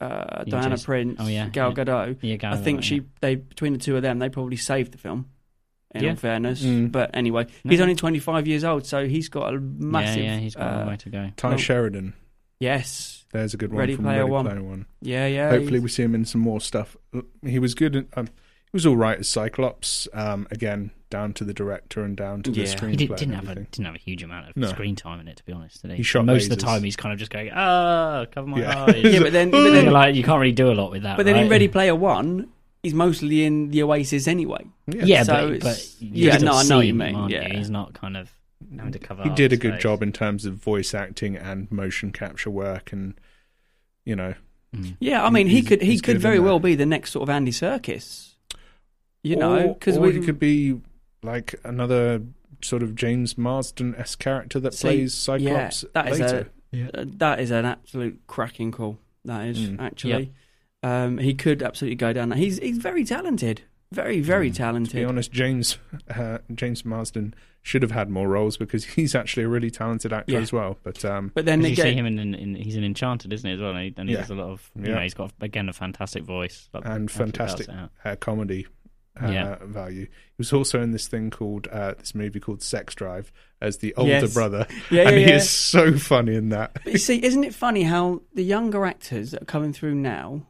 Speaker 3: uh,
Speaker 5: Yeah,
Speaker 3: Diana
Speaker 5: Jason-
Speaker 3: Prince,
Speaker 5: oh, yeah,
Speaker 3: Gal
Speaker 5: yeah.
Speaker 3: Gadot,
Speaker 5: Yeah, Gal
Speaker 3: I think
Speaker 5: Gadot,
Speaker 3: she
Speaker 5: yeah.
Speaker 3: they between the two of them they probably saved the film. In
Speaker 5: Yeah. Hmm.
Speaker 3: all fairness,
Speaker 4: Mm.
Speaker 3: but anyway,
Speaker 5: No.
Speaker 3: he's only twenty five years old, so he's got a massive.
Speaker 5: Yeah, yeah, he's got a
Speaker 3: uh,
Speaker 5: long way to go.
Speaker 4: Ty
Speaker 3: Well-
Speaker 4: Sheridan.
Speaker 3: yes,
Speaker 4: There's a good one
Speaker 3: Ready
Speaker 4: from
Speaker 3: Player
Speaker 4: Ready
Speaker 3: One.
Speaker 4: Player One.
Speaker 3: yeah, yeah.
Speaker 4: Hopefully,
Speaker 3: he's-
Speaker 4: we see him in some more stuff. He was good. In, um, he was all right as Cyclops. Um, again, down to the director and down to
Speaker 3: Yeah.
Speaker 4: the
Speaker 3: He
Speaker 4: screenplay.
Speaker 5: He did,
Speaker 4: and
Speaker 5: didn't have a
Speaker 4: everything.
Speaker 5: didn't have a huge amount of
Speaker 4: No.
Speaker 5: screen time in it, to be honest. Did he?
Speaker 4: He shot
Speaker 5: most of
Speaker 4: lasers.
Speaker 5: the time, he's kind of just going, "Ah, cover my
Speaker 4: Yeah.
Speaker 5: eyes."
Speaker 3: yeah, but then, but
Speaker 5: And
Speaker 3: then,
Speaker 5: you're like you can't really do a lot with that.
Speaker 3: but then in
Speaker 5: right?
Speaker 3: Ready Player One, he's mostly in the Oasis anyway.
Speaker 5: yeah,
Speaker 3: so
Speaker 5: but,
Speaker 3: it's-
Speaker 5: but you
Speaker 3: yeah,
Speaker 5: still
Speaker 3: no, I know what
Speaker 5: see
Speaker 3: you
Speaker 5: him,
Speaker 3: mean,
Speaker 5: aren't you?
Speaker 3: yeah.
Speaker 5: he's not kind of having to cover.
Speaker 4: he
Speaker 5: up
Speaker 4: did a
Speaker 5: his
Speaker 4: good
Speaker 5: face.
Speaker 4: job in terms of voice acting and motion capture work, and you know,
Speaker 5: Mm.
Speaker 3: Yeah, I mean, he
Speaker 4: He's-
Speaker 3: could he
Speaker 4: he's good
Speaker 3: could
Speaker 4: in
Speaker 3: very
Speaker 4: that.
Speaker 3: well be the next sort of Andy Circus. You know,
Speaker 4: Or-
Speaker 3: because
Speaker 4: or
Speaker 3: we
Speaker 4: he could be like another sort of James Marsden s character that
Speaker 3: See,
Speaker 4: plays Cyclops
Speaker 3: that is a-
Speaker 4: later.
Speaker 3: uh, that is an absolute cracking call. That is
Speaker 4: Mm.
Speaker 3: actually, um, he could absolutely go down that. He's he's very talented, very very
Speaker 5: Mm.
Speaker 4: Hmm, to be
Speaker 3: talented.
Speaker 4: honest, James uh, James Marsden should have had more roles because he's actually a really talented actor
Speaker 3: Yeah.
Speaker 4: as well. But um,
Speaker 3: But then
Speaker 5: Because you see
Speaker 3: again,
Speaker 5: him in, in, in he's an enchanted, isn't he? As well, and he, and he
Speaker 4: Yeah.
Speaker 5: does a lot of. You
Speaker 4: Yeah.
Speaker 5: know, he's got again a fantastic voice like,
Speaker 4: And
Speaker 5: absolutely belts
Speaker 4: fantastic-
Speaker 5: it out.
Speaker 4: uh, comedy uh,
Speaker 5: Yeah.
Speaker 4: value. He was also in this thing called uh, this movie called Sex Drive as the older
Speaker 3: Yes.
Speaker 4: brother,
Speaker 3: yeah, yeah,
Speaker 4: and he
Speaker 3: yeah.
Speaker 4: is so funny in that.
Speaker 3: But you see, isn't it funny how the younger actors that are coming through now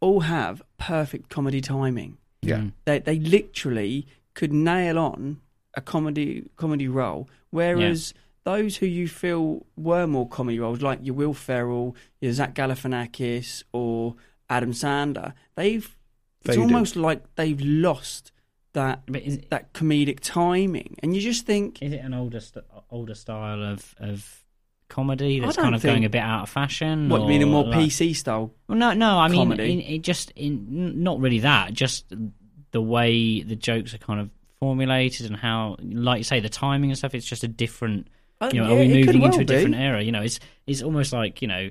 Speaker 3: all have perfect comedy timing?
Speaker 4: Yeah.
Speaker 5: Mm.
Speaker 3: They they literally could nail on a comedy comedy role, whereas those who you feel were more comedy roles, like your Will Ferrell, your Zach Galifianakis, or Adam Sandler, they've it's
Speaker 4: Faded.
Speaker 3: almost like they've lost that
Speaker 5: But is,
Speaker 3: that comedic timing, and you just think,
Speaker 5: is it an older st- older style of of comedy
Speaker 3: I
Speaker 5: that's
Speaker 3: don't
Speaker 5: kind of
Speaker 3: think-
Speaker 5: going a bit out of fashion?
Speaker 3: what
Speaker 5: or,
Speaker 3: meaning more
Speaker 5: like-
Speaker 3: PC style?
Speaker 5: Well, no, no. I mean,
Speaker 3: Comedy.
Speaker 5: in, it just in n- not really that. Just the way the jokes are kind of formulated and how, like you say, the timing and stuff. It's just a different. You know,
Speaker 3: Oh, Yeah,
Speaker 5: are we
Speaker 3: it could
Speaker 5: moving
Speaker 3: well
Speaker 5: into a
Speaker 3: be.
Speaker 5: different era? You know, it's it's almost like you know.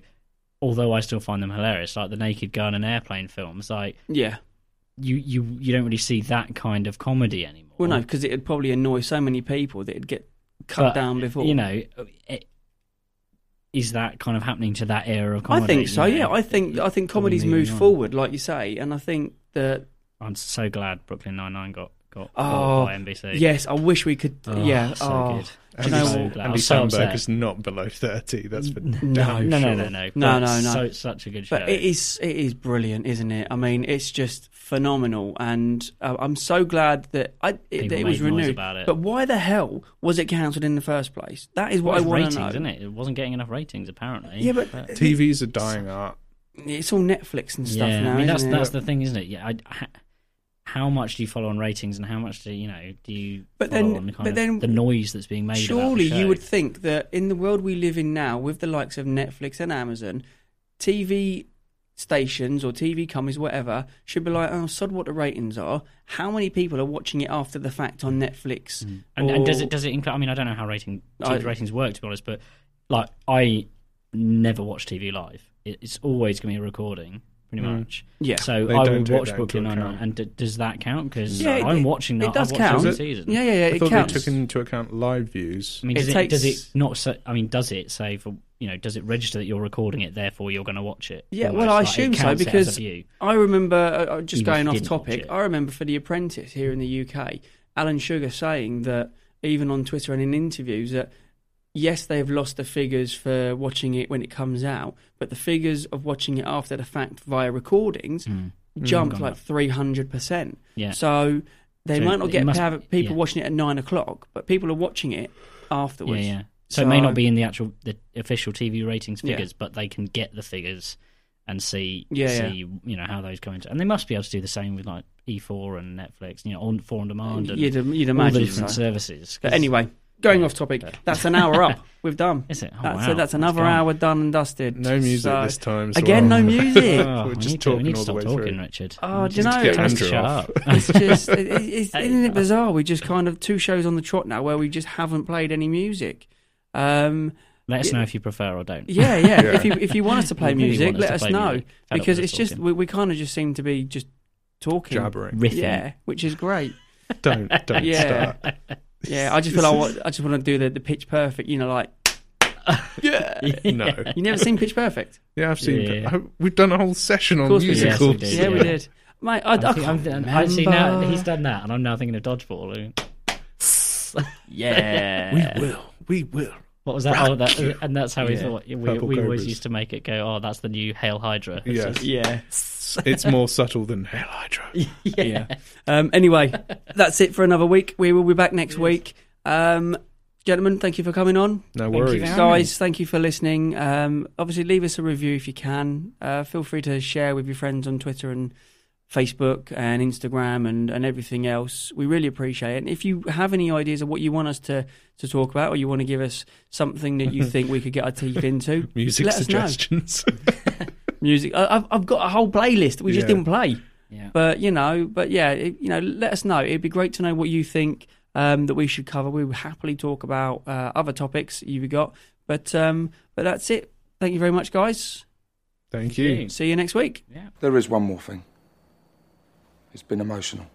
Speaker 5: Although I still find them hilarious, like the Naked Gun and airplane films, like
Speaker 3: Yeah.
Speaker 5: you you you don't really see that kind of comedy anymore.
Speaker 3: Well, no, because it'd probably annoy so many people that it'd get cut
Speaker 5: But,
Speaker 3: down before.
Speaker 5: You know, it, is that kind of happening to that era of comedy?
Speaker 3: I think
Speaker 5: you
Speaker 3: so.
Speaker 5: know?
Speaker 3: Yeah, I think I think
Speaker 5: Are we
Speaker 3: comedy's
Speaker 5: moving
Speaker 3: moved
Speaker 5: on?
Speaker 3: forward, like you say, and I think that
Speaker 5: I'm so glad Brooklyn Nine Nine got got
Speaker 3: Oh,
Speaker 5: bought by NBC.
Speaker 3: yes, I wish we could.
Speaker 5: Oh,
Speaker 3: yeah,
Speaker 5: so
Speaker 3: oh.
Speaker 5: good.
Speaker 3: Do you know
Speaker 5: so
Speaker 3: what?
Speaker 5: glad. I
Speaker 4: Andy
Speaker 5: was so
Speaker 4: Samberg
Speaker 5: upset.
Speaker 4: is not below thirty. That's for
Speaker 5: No,
Speaker 3: no,
Speaker 4: damn
Speaker 5: no, no,
Speaker 4: Oh,
Speaker 5: no,
Speaker 4: sure.
Speaker 5: no,
Speaker 3: No, no,
Speaker 5: But
Speaker 3: no.
Speaker 5: So, such a good show.
Speaker 3: But it is it is brilliant, isn't it? I mean, it's just phenomenal, and uh, I'm so glad that I it,
Speaker 5: People
Speaker 3: that it was
Speaker 5: made noise
Speaker 3: renewed.
Speaker 5: about it.
Speaker 3: But why the hell was it cancelled in the first place? That is what
Speaker 5: Well, it's
Speaker 3: I want
Speaker 5: ratings,
Speaker 3: to know.
Speaker 5: isn't it? It wasn't getting enough ratings apparently.
Speaker 3: Yeah, but
Speaker 4: TV's a dying art.
Speaker 3: it's all Netflix and stuff
Speaker 5: yeah,
Speaker 3: now.
Speaker 5: I mean that's
Speaker 3: isn't it?
Speaker 5: that's the thing, isn't it? Yeah, I, ha- how much do you follow on ratings, and how much do you know do you
Speaker 3: But
Speaker 5: follow
Speaker 3: then-
Speaker 5: on kind
Speaker 3: but
Speaker 5: of
Speaker 3: then-
Speaker 5: the noise that's being made? about the
Speaker 3: Surely you
Speaker 5: show?
Speaker 3: would think that in the world we live in now, with the likes of Netflix and Amazon, TV stations or TV companies, whatever, should be like, oh, sod what the ratings are. How many people are watching it after the fact on Netflix?
Speaker 5: Mm. And, and does
Speaker 3: Or-
Speaker 5: it does it include? I mean, I don't know how rating
Speaker 3: I-
Speaker 5: TV ratings work to be honest, but like I never watch TV live. It, it's always going to be a recording, pretty much.
Speaker 3: Mm. Yeah.
Speaker 5: So
Speaker 4: They
Speaker 5: I
Speaker 4: don't
Speaker 5: would
Speaker 4: take
Speaker 5: watch
Speaker 4: that
Speaker 5: Brooklyn
Speaker 4: into
Speaker 5: Nine Nine,
Speaker 4: account.
Speaker 5: and d- does that count? Because
Speaker 3: Yeah,
Speaker 5: I'm
Speaker 3: it-
Speaker 5: watching
Speaker 3: it
Speaker 5: that.
Speaker 3: does
Speaker 5: I've
Speaker 3: count.
Speaker 5: watched every
Speaker 4: Does it?
Speaker 5: season.
Speaker 3: Yeah, yeah, yeah.
Speaker 4: I
Speaker 3: It
Speaker 4: thought
Speaker 3: counts.
Speaker 4: they took into account live views.
Speaker 5: I mean,
Speaker 3: It
Speaker 5: does it,
Speaker 3: takes-
Speaker 5: does it not? So, I mean, does it say for you know? Does it register that you're recording it? Therefore, you're going to watch it.
Speaker 3: Yeah,
Speaker 5: Almost
Speaker 3: well, I
Speaker 5: like it
Speaker 3: assume so
Speaker 5: counts it as a
Speaker 3: because
Speaker 5: view.
Speaker 3: I remember uh, uh, just
Speaker 5: Even if
Speaker 3: going
Speaker 5: you
Speaker 3: off
Speaker 5: didn't watch
Speaker 3: topic.
Speaker 5: it.
Speaker 3: I remember for The Apprentice here in the UK, Alan Sugar saying that even on Twitter and in interviews that yes, they've lost the figures for watching it when it comes out, but the figures of watching it after the fact via recordings
Speaker 4: Mm.
Speaker 3: jumped
Speaker 5: Mm. gone
Speaker 3: like
Speaker 5: up.
Speaker 3: three hundred percent.
Speaker 5: Yeah.
Speaker 3: So they
Speaker 5: So
Speaker 3: might not
Speaker 5: it
Speaker 3: get
Speaker 5: must-
Speaker 3: to have people
Speaker 5: yeah.
Speaker 3: watching it at nine o'clock, but people are watching it
Speaker 5: yeah,
Speaker 3: afterwards.
Speaker 5: yeah. So, it may
Speaker 3: So-
Speaker 5: not be in the actual the official TV ratings
Speaker 3: Yeah.
Speaker 5: figures, but they can get the figures and see
Speaker 3: Yeah, yeah.
Speaker 5: see you know how those come into. And they must be able to do the same with like E4 and Netflix, you know, on for on demand and
Speaker 3: You'd, you'd
Speaker 5: Oh, all uh, the
Speaker 3: imagine
Speaker 5: different
Speaker 3: so.
Speaker 5: services. 'Cause-
Speaker 3: But anyway, going off topic, that's an hour up. We've done.
Speaker 5: is it? Oh,
Speaker 3: that's,
Speaker 5: wow.
Speaker 3: that's another
Speaker 5: gone.
Speaker 3: hour done and dusted.
Speaker 4: No music
Speaker 3: So-
Speaker 4: this time. so
Speaker 3: Again, no
Speaker 4: I'm-
Speaker 3: music.
Speaker 5: Oh,
Speaker 4: We're
Speaker 5: we
Speaker 4: just
Speaker 5: need to- we
Speaker 4: talking
Speaker 5: need to
Speaker 4: all the
Speaker 5: stop
Speaker 4: way
Speaker 5: talking,
Speaker 4: through.
Speaker 5: Richard. Mm.
Speaker 3: oh, do you
Speaker 4: Just
Speaker 3: know?
Speaker 4: get
Speaker 5: Tell us
Speaker 3: It's
Speaker 5: to
Speaker 4: Andrew
Speaker 5: shut
Speaker 4: off.
Speaker 5: up.
Speaker 3: it's just, it, it- it's, isn't it bizarre? We just kind of two shows on the trot now where we just haven't played any music. Um,
Speaker 5: Let us
Speaker 3: Yeah.
Speaker 5: know if you prefer or don't.
Speaker 3: yeah, yeah.
Speaker 4: Yeah.
Speaker 3: If you if you want us to play
Speaker 5: If you really
Speaker 3: music,
Speaker 5: want
Speaker 3: let
Speaker 5: to
Speaker 3: us
Speaker 5: play
Speaker 3: know
Speaker 5: music, fed up
Speaker 3: because
Speaker 5: with
Speaker 3: it's
Speaker 5: us
Speaker 3: just
Speaker 5: talking.
Speaker 3: we, we kind of just seem to be just talking.
Speaker 4: Jabbering.
Speaker 5: riffing.
Speaker 3: Yeah, which is great.
Speaker 4: Don't don't
Speaker 3: Yeah.
Speaker 4: start.
Speaker 3: Yeah, I just feel I, want, I just want to do the, the pitch perfect. You know, like yeah.
Speaker 4: No.
Speaker 3: You never seen Pitch Perfect?
Speaker 4: Yeah, I've seen.
Speaker 5: Yeah.
Speaker 4: I- we've done a whole session on
Speaker 3: course we did.
Speaker 5: Yes,
Speaker 4: musicals.
Speaker 5: we did.
Speaker 3: Yeah, we
Speaker 5: yeah.
Speaker 3: did. Mate, I, I
Speaker 5: I'm, thi-
Speaker 3: can't
Speaker 5: I'm, thi- I see now
Speaker 3: remember.
Speaker 5: he's done that, and I'm now thinking of dodgeball.
Speaker 3: Yeah.
Speaker 4: will. We will.
Speaker 5: What was that? Oh, that and that's how we
Speaker 4: Yeah.
Speaker 5: thought. We,
Speaker 4: Purple
Speaker 5: we always
Speaker 4: Cobras.
Speaker 5: used to make it go. Oh, that's the new Hail Hydra. It's
Speaker 4: Yes.
Speaker 5: just-
Speaker 3: yeah.
Speaker 4: it's more subtle than Hail Hydra.
Speaker 3: Yeah. Um, anyway, that's it for another week. We will be back next week. Um, gentlemen, thank you for coming on.
Speaker 4: No
Speaker 5: you
Speaker 4: worries.
Speaker 5: very
Speaker 3: Guys, thank you for listening. Um, obviously, leave us a review if you can. Uh, feel free to share with your friends on Twitter and Facebook and Instagram and, and everything else. We really appreciate it. And if you have any ideas of what you want us to, to talk about or you want to give us something that you think we could get our teeth into,
Speaker 4: Music
Speaker 3: let us know.
Speaker 4: suggestions.
Speaker 3: Music. I, I've, I've got a whole playlist that we just
Speaker 4: Yeah.
Speaker 3: didn't play.
Speaker 5: yeah.
Speaker 3: But you know, but yeah, it, you know, let us know. It'd be great to know what you think um, that we should cover. We would happily talk about uh, other topics you've got. But um, but that's it. Thank you very much, guys.
Speaker 4: Thank you.
Speaker 3: See you next week.
Speaker 6: There is one more thing. It's been emotional.